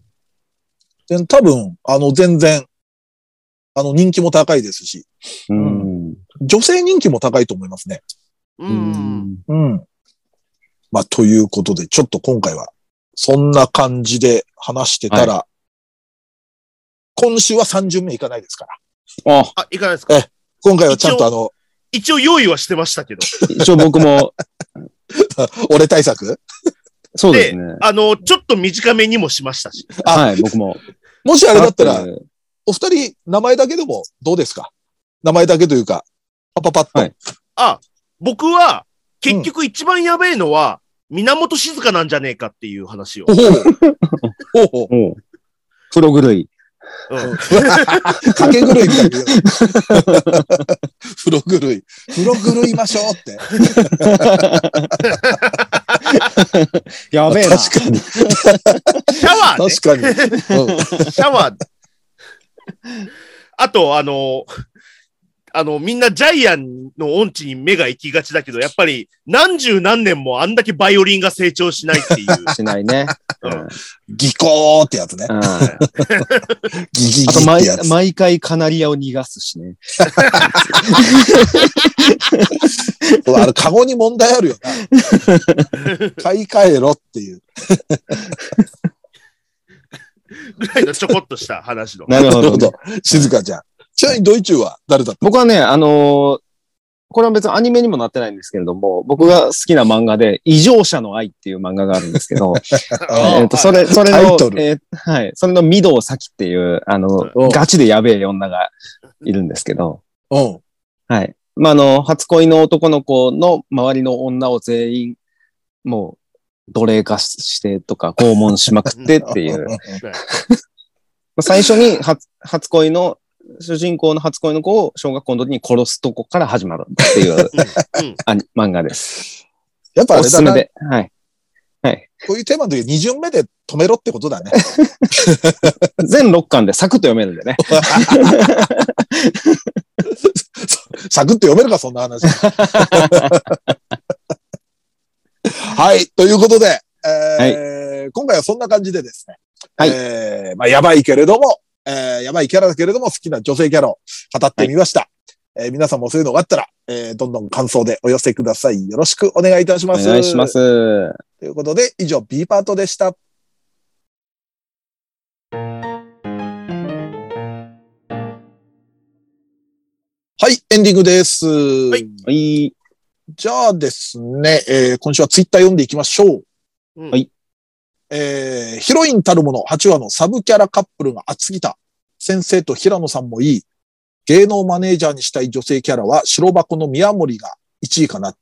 [SPEAKER 2] で多分、あの、全然、あの、人気も高いですし、
[SPEAKER 3] うん。
[SPEAKER 2] 女性人気も高いと思いますね。
[SPEAKER 4] う。
[SPEAKER 3] うんん。
[SPEAKER 2] うん。まあ、ということで、ちょっと今回は、そんな感じで話してたら、今週は3巡目いかないですから。
[SPEAKER 3] あ、
[SPEAKER 4] あ、いかがですか
[SPEAKER 2] 今回はちゃんとあの、
[SPEAKER 4] 一応用意はしてましたけど。
[SPEAKER 3] 一応 僕も、
[SPEAKER 2] 俺対策
[SPEAKER 3] そうですね。
[SPEAKER 4] あの、ちょっと短めにもしましたし。
[SPEAKER 2] あ
[SPEAKER 3] はい、僕も。
[SPEAKER 2] もしあ
[SPEAKER 3] あ
[SPEAKER 2] れだったら、、お二人、名前だけでもどうですか名前だけというか、パパパッと。
[SPEAKER 3] はい
[SPEAKER 4] あ、僕は、結局一番やべえのは、源静香なんじゃねえかっていう話を
[SPEAKER 2] ほ。ほう。 ほうほ
[SPEAKER 3] もう、プロ狂い。
[SPEAKER 4] うん
[SPEAKER 2] う。かけ狂いみ たいに言う。風呂狂い。風呂狂いましょうって。
[SPEAKER 3] やべえな。
[SPEAKER 2] 確かに。
[SPEAKER 4] シャワーね。
[SPEAKER 2] 確かに。 うん
[SPEAKER 4] シャワー。あと、あの、あの、みんなジャイアンの音痴に目が行きがちだけど、やっぱり何十何年もあんだけバイオリンが成長しないっていう。
[SPEAKER 3] しないね。
[SPEAKER 4] う
[SPEAKER 3] うんん。
[SPEAKER 2] ギコーってやつね。
[SPEAKER 3] あ
[SPEAKER 2] ギギギ
[SPEAKER 3] と
[SPEAKER 2] っ
[SPEAKER 3] 毎
[SPEAKER 2] てや、つ。
[SPEAKER 3] 毎回カナリアを逃がすしね。
[SPEAKER 2] あれ、カゴに問題あるよ な。買い替えろっていう。
[SPEAKER 4] ぐらいのちょこっとした話の。
[SPEAKER 3] なるほど。。
[SPEAKER 2] 静かちゃん。ちなみにドイツは誰だった
[SPEAKER 3] 僕はね、あのーこれは別にアニメにもなってないんですけれども、僕が好きな漫画で、異常者の愛っていう漫画があるんですけど、
[SPEAKER 2] あ
[SPEAKER 3] えっと、それ、それ
[SPEAKER 2] タイ
[SPEAKER 3] の
[SPEAKER 2] ト、ル
[SPEAKER 3] えーはい、それの御堂咲っていう、あの
[SPEAKER 2] うん、
[SPEAKER 3] ガチでやべえ女がいるんですけど、
[SPEAKER 2] うん。
[SPEAKER 3] はい。まあ、あの、初恋の男の子の周りの女を全員、もう、奴隷化してとか、 拷問しまくってっていう、
[SPEAKER 4] はい
[SPEAKER 3] まあ最初に初初恋の主人公の初恋の子を小学校の時に殺すとこから始まるっていう
[SPEAKER 4] うん
[SPEAKER 3] あ 漫画です。
[SPEAKER 2] やっぱあ
[SPEAKER 3] お
[SPEAKER 2] れ
[SPEAKER 3] す
[SPEAKER 2] だ
[SPEAKER 3] すめ
[SPEAKER 2] な。
[SPEAKER 3] で。はい。
[SPEAKER 2] こういうテーマの時、二巡目で止めろってことだね。
[SPEAKER 3] 全6巻でサクッと読めるんでね。
[SPEAKER 2] サクッと読めるか、そんな話。はい。ということで、えー今回はそんな感じでですね。
[SPEAKER 3] はい
[SPEAKER 2] えーまあ、やばいけれども、えーやばいキャラだけれども、好きな女性キャラを語ってみました。えー皆さんもそういうのがあったら、えーどんどん感想でお寄せください。よろしくお願いいたし
[SPEAKER 3] お
[SPEAKER 2] ます。
[SPEAKER 3] 願いしま。す。
[SPEAKER 2] ということで、以上 B パートでした。はい、エンディングです。
[SPEAKER 4] い
[SPEAKER 3] いい。
[SPEAKER 2] じゃあですね、えー今週はツイッター読んでいきましょう。
[SPEAKER 4] うん
[SPEAKER 3] はい
[SPEAKER 2] えーヒロインたるもの8話のサブキャラカップルが熱すぎた。先生と平野さんもいい。芸能マネージャーにしたい女性キャラは白箱の宮森が1位かなと。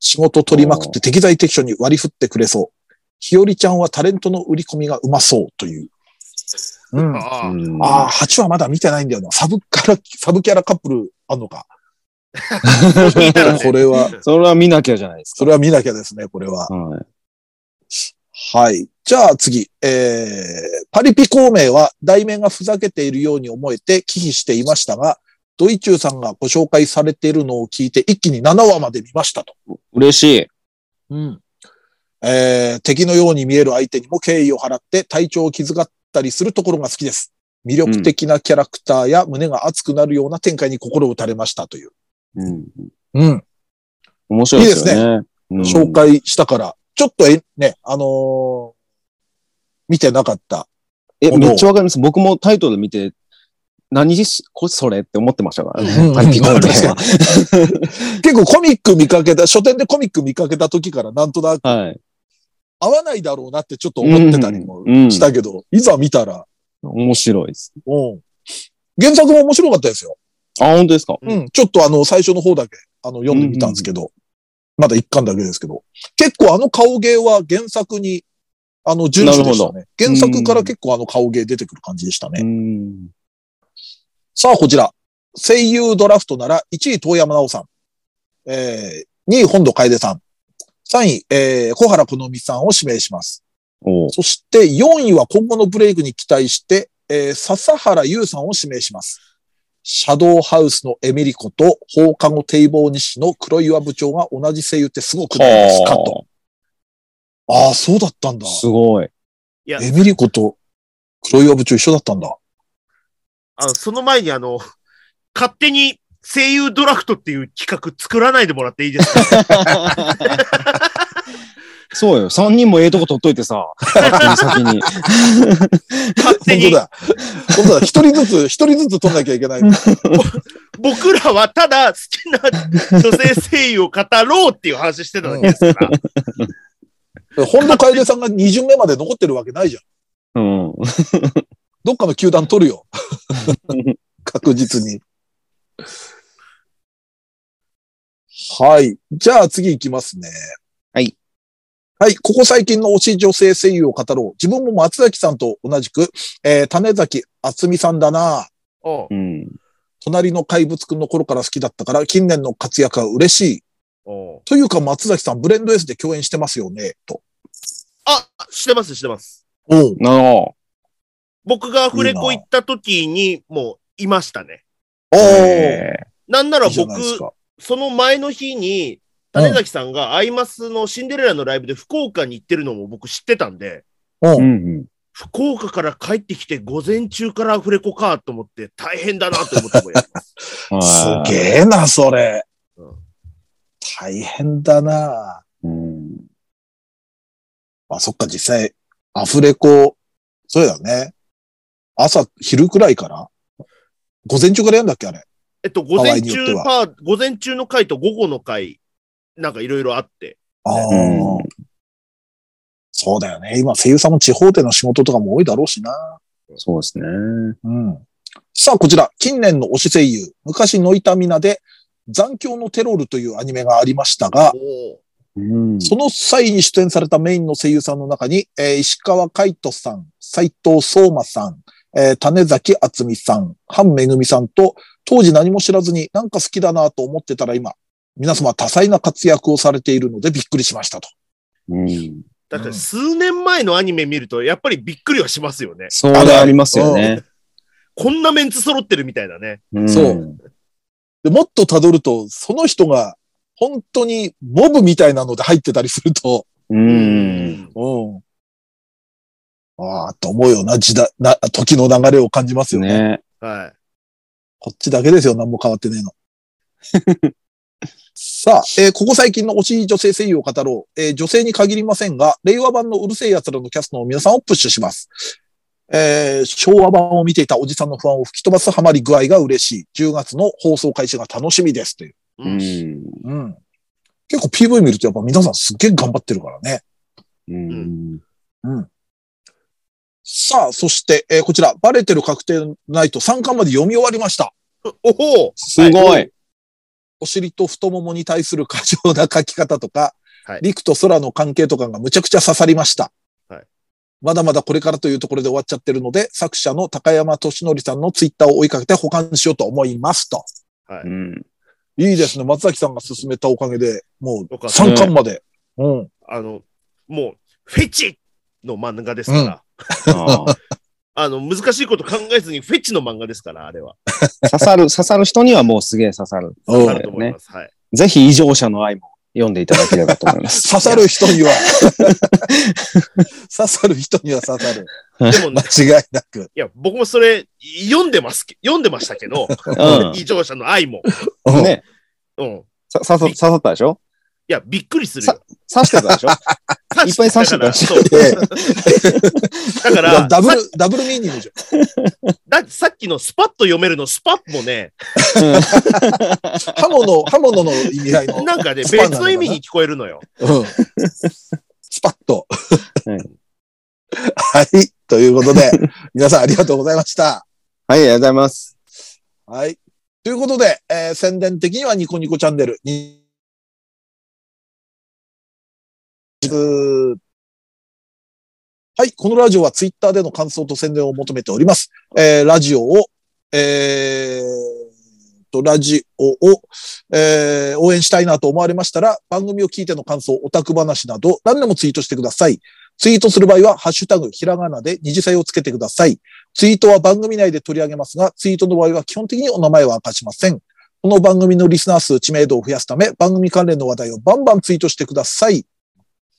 [SPEAKER 2] 仕事取りまくって適材適所に割り振ってくれそう。ひよりちゃんはタレントの売り込みがうまそうという。うん。あ
[SPEAKER 4] ああ
[SPEAKER 3] うん
[SPEAKER 2] あー、8話まだ見てないんだよな。サブキャラ、サブキャラカップルあんのか。
[SPEAKER 4] 見たらね
[SPEAKER 2] これは、
[SPEAKER 3] それは見なきゃじゃないですか。
[SPEAKER 2] それは見なきゃですね、これは。
[SPEAKER 3] はい
[SPEAKER 2] はい。じゃあ次、えー、パリピ孔明は題名がふざけているように思えて忌避していましたが、ドイチューさんがご紹介されているのを聞いて一気に7話まで見ましたと。
[SPEAKER 3] 嬉しい。
[SPEAKER 2] うん。えー、敵のように見える相手にも敬意を払って体調を気遣ったりするところが好きです。魅力的なキャラクターや胸が熱くなるような展開に心打たれましたという。
[SPEAKER 3] うん。
[SPEAKER 2] うん。
[SPEAKER 3] 面白いですよね。うん
[SPEAKER 2] 紹介したから、ちょっとえ、ね、あのー見てなかった
[SPEAKER 3] え、めっちゃわかります。僕もタイトル見て、何し、こそれって思ってましたからね。パリピコーですか。
[SPEAKER 2] 結構コミック見かけた、書店でコミック見かけた時からなんとなく
[SPEAKER 3] はい。
[SPEAKER 2] 合わないだろうなってちょっと 思ってたりもしたけど、いざ見たら、
[SPEAKER 3] 面白いです。
[SPEAKER 2] うん。原作も面白かったですよ。
[SPEAKER 3] あ、本当ですか
[SPEAKER 4] う
[SPEAKER 2] うんん。ちょっとあの、最初の方だけ、あの、読んでみたんですけど、まだ一巻だけですけど、結構あの顔芸は原作に、あの、順守でしたね。
[SPEAKER 3] ど
[SPEAKER 2] 原作から結構あの顔芸出てくる感じでしたね。
[SPEAKER 3] うん。
[SPEAKER 2] さあ、こちら。声優ドラフトなら、1位、遠山奈緒さん。えー、2位、本土楓さん。3位、えー、小原好美さんを指名します。
[SPEAKER 3] おう
[SPEAKER 2] そして、4位は今後のブレイクに期待して、えー、笹原優さんを指名します。シャドーハウスのエミリコと放課後堤防西の黒岩部長が同じ声優ってすごくないですかと。ああ、そうだったんだ。
[SPEAKER 3] すごい。
[SPEAKER 4] いや
[SPEAKER 2] エミリコと黒岩部長一緒だったんだ。
[SPEAKER 4] あのその前にあの、勝手に声優ドラフトっていう企画作らないでもらっていい ですか
[SPEAKER 3] そうよ。三人もええとこ取っといてさ。先
[SPEAKER 4] 勝手
[SPEAKER 3] に。
[SPEAKER 2] 本当
[SPEAKER 4] に。
[SPEAKER 2] だ。本当だ。一人ずつ、一人ずつ取んなきゃいけない。
[SPEAKER 4] 僕らはただ好きな女性声優を語ろうっていう話してただけですから。
[SPEAKER 2] 本土楓さんが2巡目まで残ってるわけないじゃん。
[SPEAKER 3] うん。
[SPEAKER 2] どっかの球団取る よ。確実に。はい。じゃあ次行きますね。
[SPEAKER 3] はい。
[SPEAKER 2] はい。ここ最近の推し女性声優を語ろう。自分も松崎さんと同じく、えー、種崎厚美さんだな。
[SPEAKER 4] おう
[SPEAKER 3] うん。
[SPEAKER 2] 隣の怪物くんの頃から好きだったから、近年の活躍は嬉しい。
[SPEAKER 4] おう
[SPEAKER 2] というか、松崎さん、ブレンド S で共演してますよね、と。
[SPEAKER 4] あ、してます、してます。
[SPEAKER 2] おう
[SPEAKER 3] なあ。
[SPEAKER 4] 僕がアフレコ行った時にもういましたね。
[SPEAKER 2] おう
[SPEAKER 3] え
[SPEAKER 4] なんないら
[SPEAKER 2] いじゃ
[SPEAKER 4] 僕
[SPEAKER 2] ない、ですか。
[SPEAKER 4] その前の日に、種崎さんがアイマスのシンデレラのライブで福岡に行ってるのも僕知ってたんで、
[SPEAKER 2] う。
[SPEAKER 3] ーうんん
[SPEAKER 4] 福岡から帰ってきて午前中からアフレコかと思って大変だなと思ってもやります。
[SPEAKER 3] うん。
[SPEAKER 2] す
[SPEAKER 3] はい
[SPEAKER 2] げえな、それ
[SPEAKER 4] うん。
[SPEAKER 2] 大変だな。
[SPEAKER 3] うん。
[SPEAKER 2] まあ、そっか、実際、アフレコ、そうだよね。朝、昼くらいから午前中からやんだっけ、あれ。
[SPEAKER 4] えっと、午前中
[SPEAKER 2] 場合によっては
[SPEAKER 4] パー、午前中の回と午後の回、なんかいろいろあって、
[SPEAKER 2] ああ、
[SPEAKER 3] うん
[SPEAKER 2] そうだよね。今、声優さんも地方での仕事とかも多いだろうしな。
[SPEAKER 3] そうですね。
[SPEAKER 2] うん。さあ、こちら、近年の推し声優、昔ノイタミナで、残響のテロールというアニメがありましたが、
[SPEAKER 4] お
[SPEAKER 3] うん。
[SPEAKER 2] その際に出演されたメインの声優さんの中に、えー石川海人さん、斉藤聡馬さん、えー種崎厚美さん、半めぐみさんと、当時何も知らずになんか好きだなと思ってたら今、皆様多彩な活躍をされているのでびっくりしましたと。
[SPEAKER 3] うん。
[SPEAKER 4] だから数年前のアニメ見ると、やっぱりびっくりはしますよね。
[SPEAKER 3] そうなりますよね。
[SPEAKER 4] こんなメンツ揃ってるみたいだね。
[SPEAKER 3] ん
[SPEAKER 2] そう。で、もっと辿ると、その人が本当にモブみたいなので入ってたりすると、
[SPEAKER 3] うん。
[SPEAKER 2] うん。ああ、と思うよな、時代、な、時の流れを感じますよね。
[SPEAKER 3] ね。
[SPEAKER 4] は
[SPEAKER 2] こっちだけですよ、何も変わって ねえの。さあ、えーここ最近の推し女性声優を語ろう、えー女性に限りませんが、令和版のうるせえ奴らのキャストの皆さんをプッシュします。えー昭和版を見ていたおじさんの不安を吹き飛ばすハマり具合が嬉しい。10月の放送開始が楽しみです。という。
[SPEAKER 4] い。
[SPEAKER 3] う
[SPEAKER 4] うん
[SPEAKER 3] ん。
[SPEAKER 2] うん。結構 PV 見るとやっぱ皆さんすっげえ頑張ってるからね。
[SPEAKER 3] うん。
[SPEAKER 2] さあ、そして、えーこちら、バレてる確定ナイト3巻まで読み終わりました。
[SPEAKER 4] おほう
[SPEAKER 3] すごい。
[SPEAKER 2] お尻と太ももに対する過剰な書き方とか、
[SPEAKER 4] はい
[SPEAKER 2] 陸と空の関係とかがむちゃくちゃ刺さりました。
[SPEAKER 4] はい
[SPEAKER 2] まだまだこれからというところで終わっちゃってるので、作者の高山俊則さんのツイッターを追いかけて保管しようと思いますと。
[SPEAKER 3] うん。
[SPEAKER 2] いいですね。松崎さんが勧めたおかげで、もう
[SPEAKER 4] よかった
[SPEAKER 2] 3巻まで。うん。
[SPEAKER 4] あの、もう、フェチの漫画ですから、
[SPEAKER 2] うん
[SPEAKER 3] あー
[SPEAKER 4] あの、難しいこと考えずにフェチの漫画ですから、あれは。
[SPEAKER 3] 刺さる、 刺さる人にはもうすげえ刺さる。
[SPEAKER 2] うん
[SPEAKER 4] あると思います。はい。
[SPEAKER 3] ぜひ異常者の愛も読んでいただければと思います。
[SPEAKER 2] 刺さる 人には、刺さる人には刺さる。
[SPEAKER 4] でも、ね、
[SPEAKER 2] 間違いなく。
[SPEAKER 4] いや、僕もそれ、読んでますけ、読んでましたけど、
[SPEAKER 3] う
[SPEAKER 4] 異常者の愛も。
[SPEAKER 2] うん
[SPEAKER 3] ん。ね。
[SPEAKER 4] うん。
[SPEAKER 3] さ刺さ刺さったでしょ
[SPEAKER 4] いや、びっくりするよ。
[SPEAKER 3] 刺してたでし ょいっぱい刺してた
[SPEAKER 4] そう。
[SPEAKER 2] ええ
[SPEAKER 4] だか
[SPEAKER 2] だ
[SPEAKER 4] ら、
[SPEAKER 2] ダブ
[SPEAKER 4] さ
[SPEAKER 2] ル、ダブルミーニングじゃ
[SPEAKER 4] だってさっきのスパッと読めるのスパッもね、
[SPEAKER 2] ん。刃物、刃物の意味合いの。
[SPEAKER 4] なんかね、
[SPEAKER 2] スパな
[SPEAKER 4] 別
[SPEAKER 2] のかな
[SPEAKER 4] の意味に聞こえるのよ。
[SPEAKER 2] うん。スパッと。
[SPEAKER 3] うん
[SPEAKER 2] はい。ということで、皆さんありがとうございました。
[SPEAKER 3] はい、ありがとうございます。
[SPEAKER 2] はい。ということで、えー宣伝的にはニコニコチャンネルに、はい。このラジオはツイッターでの感想と宣伝を求めております。えーラジオを、えーと、ラジオを、えー応援したいなと思われましたら、番組を聞いての感想、オタク話など、何でもツイートしてください。ツイートする場合は、ハッシュタグ、ひらがなで二次祭をつけてください。ツイートは番組内で取り上げますが、ツイートの場合は基本的にお名前は明かしません。この番組のリスナー数、知名度を増やすため、番組関連の話題をバンバンツイートしてください。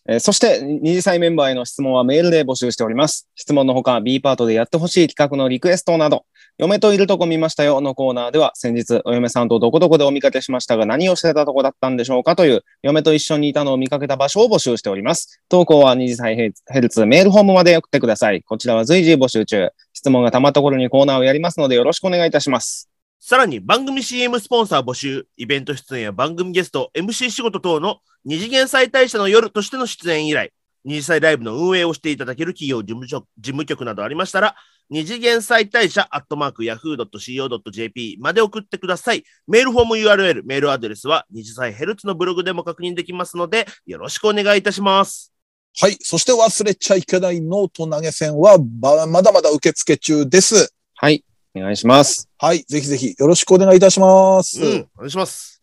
[SPEAKER 3] えーそして、二次祭メンバーへの質問はメールで募集しております。質問のほか、B パートでやってほしい企画のリクエストなど、嫁といるとこ見ましたよのコーナーでは、先日、お嫁さんとどこどこでお見かけしましたが、何をしてたとこだったんでしょうかという、嫁と一緒にいたのを見かけた場所を募集しております。投稿は二次祭ヘルツメールホームまで送ってください。こちらは随時募集中。質問がたまった頃にコーナーをやりますので、よろしくお願いいたします。
[SPEAKER 4] さらに番組 CM スポンサー募集、イベント出演や番組ゲスト、MC 仕事等の二次元再大社の夜としての出演以来、二次祭ライブの運営をしていただける企業事務所事務局などありましたら、二次元再大社アットマーク yahoo.co.jp まで送ってください。メールフォーム URL、メールアドレスは二次祭ヘルツのブログでも確認できますので、よろしくお願いいたします。
[SPEAKER 2] はい。そして忘れちゃいけないノート投げ銭は、ばまだまだ受付中です。
[SPEAKER 3] はい、お願いします。
[SPEAKER 2] はい。ぜひぜひよろしくお願いいたします。
[SPEAKER 4] うん、お願いします。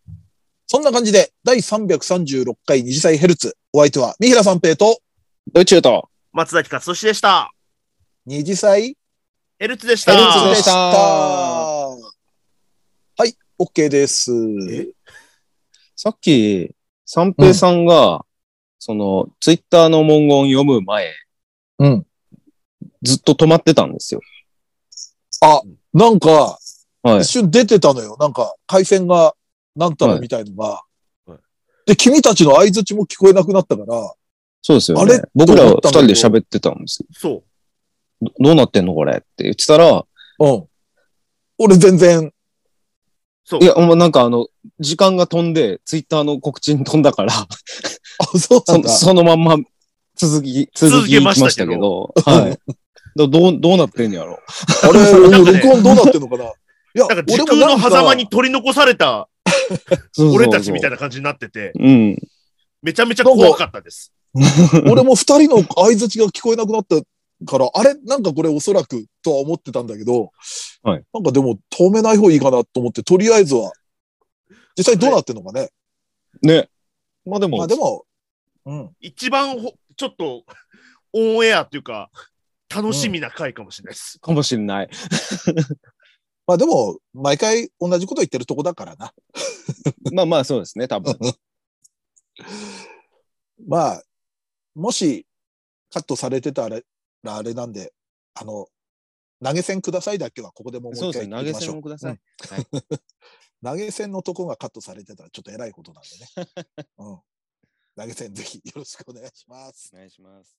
[SPEAKER 2] そんな感じで、第336回二次祭ヘルツ。お相手は、三平三平と
[SPEAKER 3] ドイチューと、
[SPEAKER 4] 松崎勝利でした。
[SPEAKER 2] 二次祭
[SPEAKER 4] ヘルツでし
[SPEAKER 2] ヘ
[SPEAKER 4] た。
[SPEAKER 2] ル
[SPEAKER 3] ヘ
[SPEAKER 2] ツでした。
[SPEAKER 3] あ
[SPEAKER 2] はい。OK です。
[SPEAKER 3] さっき、三平さんが、その、ツイッターの文言読む前、
[SPEAKER 2] うん。
[SPEAKER 3] ずっと止まってたんですよ。
[SPEAKER 2] なんか、
[SPEAKER 3] はい
[SPEAKER 2] 一。瞬出てたのよ。なんか、回線が、なんたらみたいのが。で、君たちの相槌も聞こえなくなったから、
[SPEAKER 3] そうですよね。
[SPEAKER 2] あれ
[SPEAKER 3] 僕ら
[SPEAKER 2] と
[SPEAKER 3] 二
[SPEAKER 2] 思ったんだ
[SPEAKER 3] 人
[SPEAKER 2] け
[SPEAKER 3] で
[SPEAKER 2] ど
[SPEAKER 3] 喋ってたんですよ
[SPEAKER 4] そう。
[SPEAKER 3] ど。どうなってんのこれって言ってたら、
[SPEAKER 2] うん。俺全然、
[SPEAKER 4] そう。
[SPEAKER 3] いや、もうなんかあの、時間が飛んで、ツイッターの告知に飛んだから、
[SPEAKER 2] あ、そうなんだ。
[SPEAKER 3] そそのまんま続き、続き
[SPEAKER 4] 続け
[SPEAKER 3] ま
[SPEAKER 4] ま
[SPEAKER 3] し
[SPEAKER 4] したた
[SPEAKER 3] け
[SPEAKER 4] け
[SPEAKER 3] ど
[SPEAKER 2] ど、
[SPEAKER 3] はい。どどう、どうなってんのやろ。
[SPEAKER 2] あれ、
[SPEAKER 4] なんかね
[SPEAKER 2] 録音どうなってんのかな。いや、
[SPEAKER 4] なんか時
[SPEAKER 2] 俺も
[SPEAKER 4] 空
[SPEAKER 2] な
[SPEAKER 4] の
[SPEAKER 2] んか
[SPEAKER 4] 狭間に取り残された
[SPEAKER 3] そうそうそう
[SPEAKER 4] 俺たちみたいな感じになってて、
[SPEAKER 3] うん。
[SPEAKER 4] めちゃめちゃ怖かったです。
[SPEAKER 2] 俺も二人の相槌が聞こえなくなったから、あれなんかこれおそらくとは思ってたんだけど、
[SPEAKER 3] はい
[SPEAKER 2] なんかでも止めない方がいいかなと思って、とりあえずは、実際どうなってんのかね。
[SPEAKER 3] ね。まあでも、
[SPEAKER 2] まあでも、うん。
[SPEAKER 4] 一番ほちょっとオンエアというか、楽しみな回かもしれないです。
[SPEAKER 3] かもしれない。
[SPEAKER 2] まあでも、毎回同じこと言ってるとこだからな。
[SPEAKER 3] まあまあそうですね、多分。
[SPEAKER 2] まあ、もしカットされてたらあれなんで、あの、投げ銭くださいだけはここでもう
[SPEAKER 3] そ
[SPEAKER 2] も
[SPEAKER 3] う
[SPEAKER 2] う一
[SPEAKER 3] です
[SPEAKER 2] 回
[SPEAKER 3] ね、
[SPEAKER 2] 言
[SPEAKER 3] 投
[SPEAKER 2] ってみまし
[SPEAKER 3] げ
[SPEAKER 2] ょ
[SPEAKER 3] 銭
[SPEAKER 2] う
[SPEAKER 3] をください。
[SPEAKER 2] 投げ銭のとこがカットされてたらちょっと 偉いことなんでね。うん、投げ銭ぜひよろしくお願いします。
[SPEAKER 3] お願いします。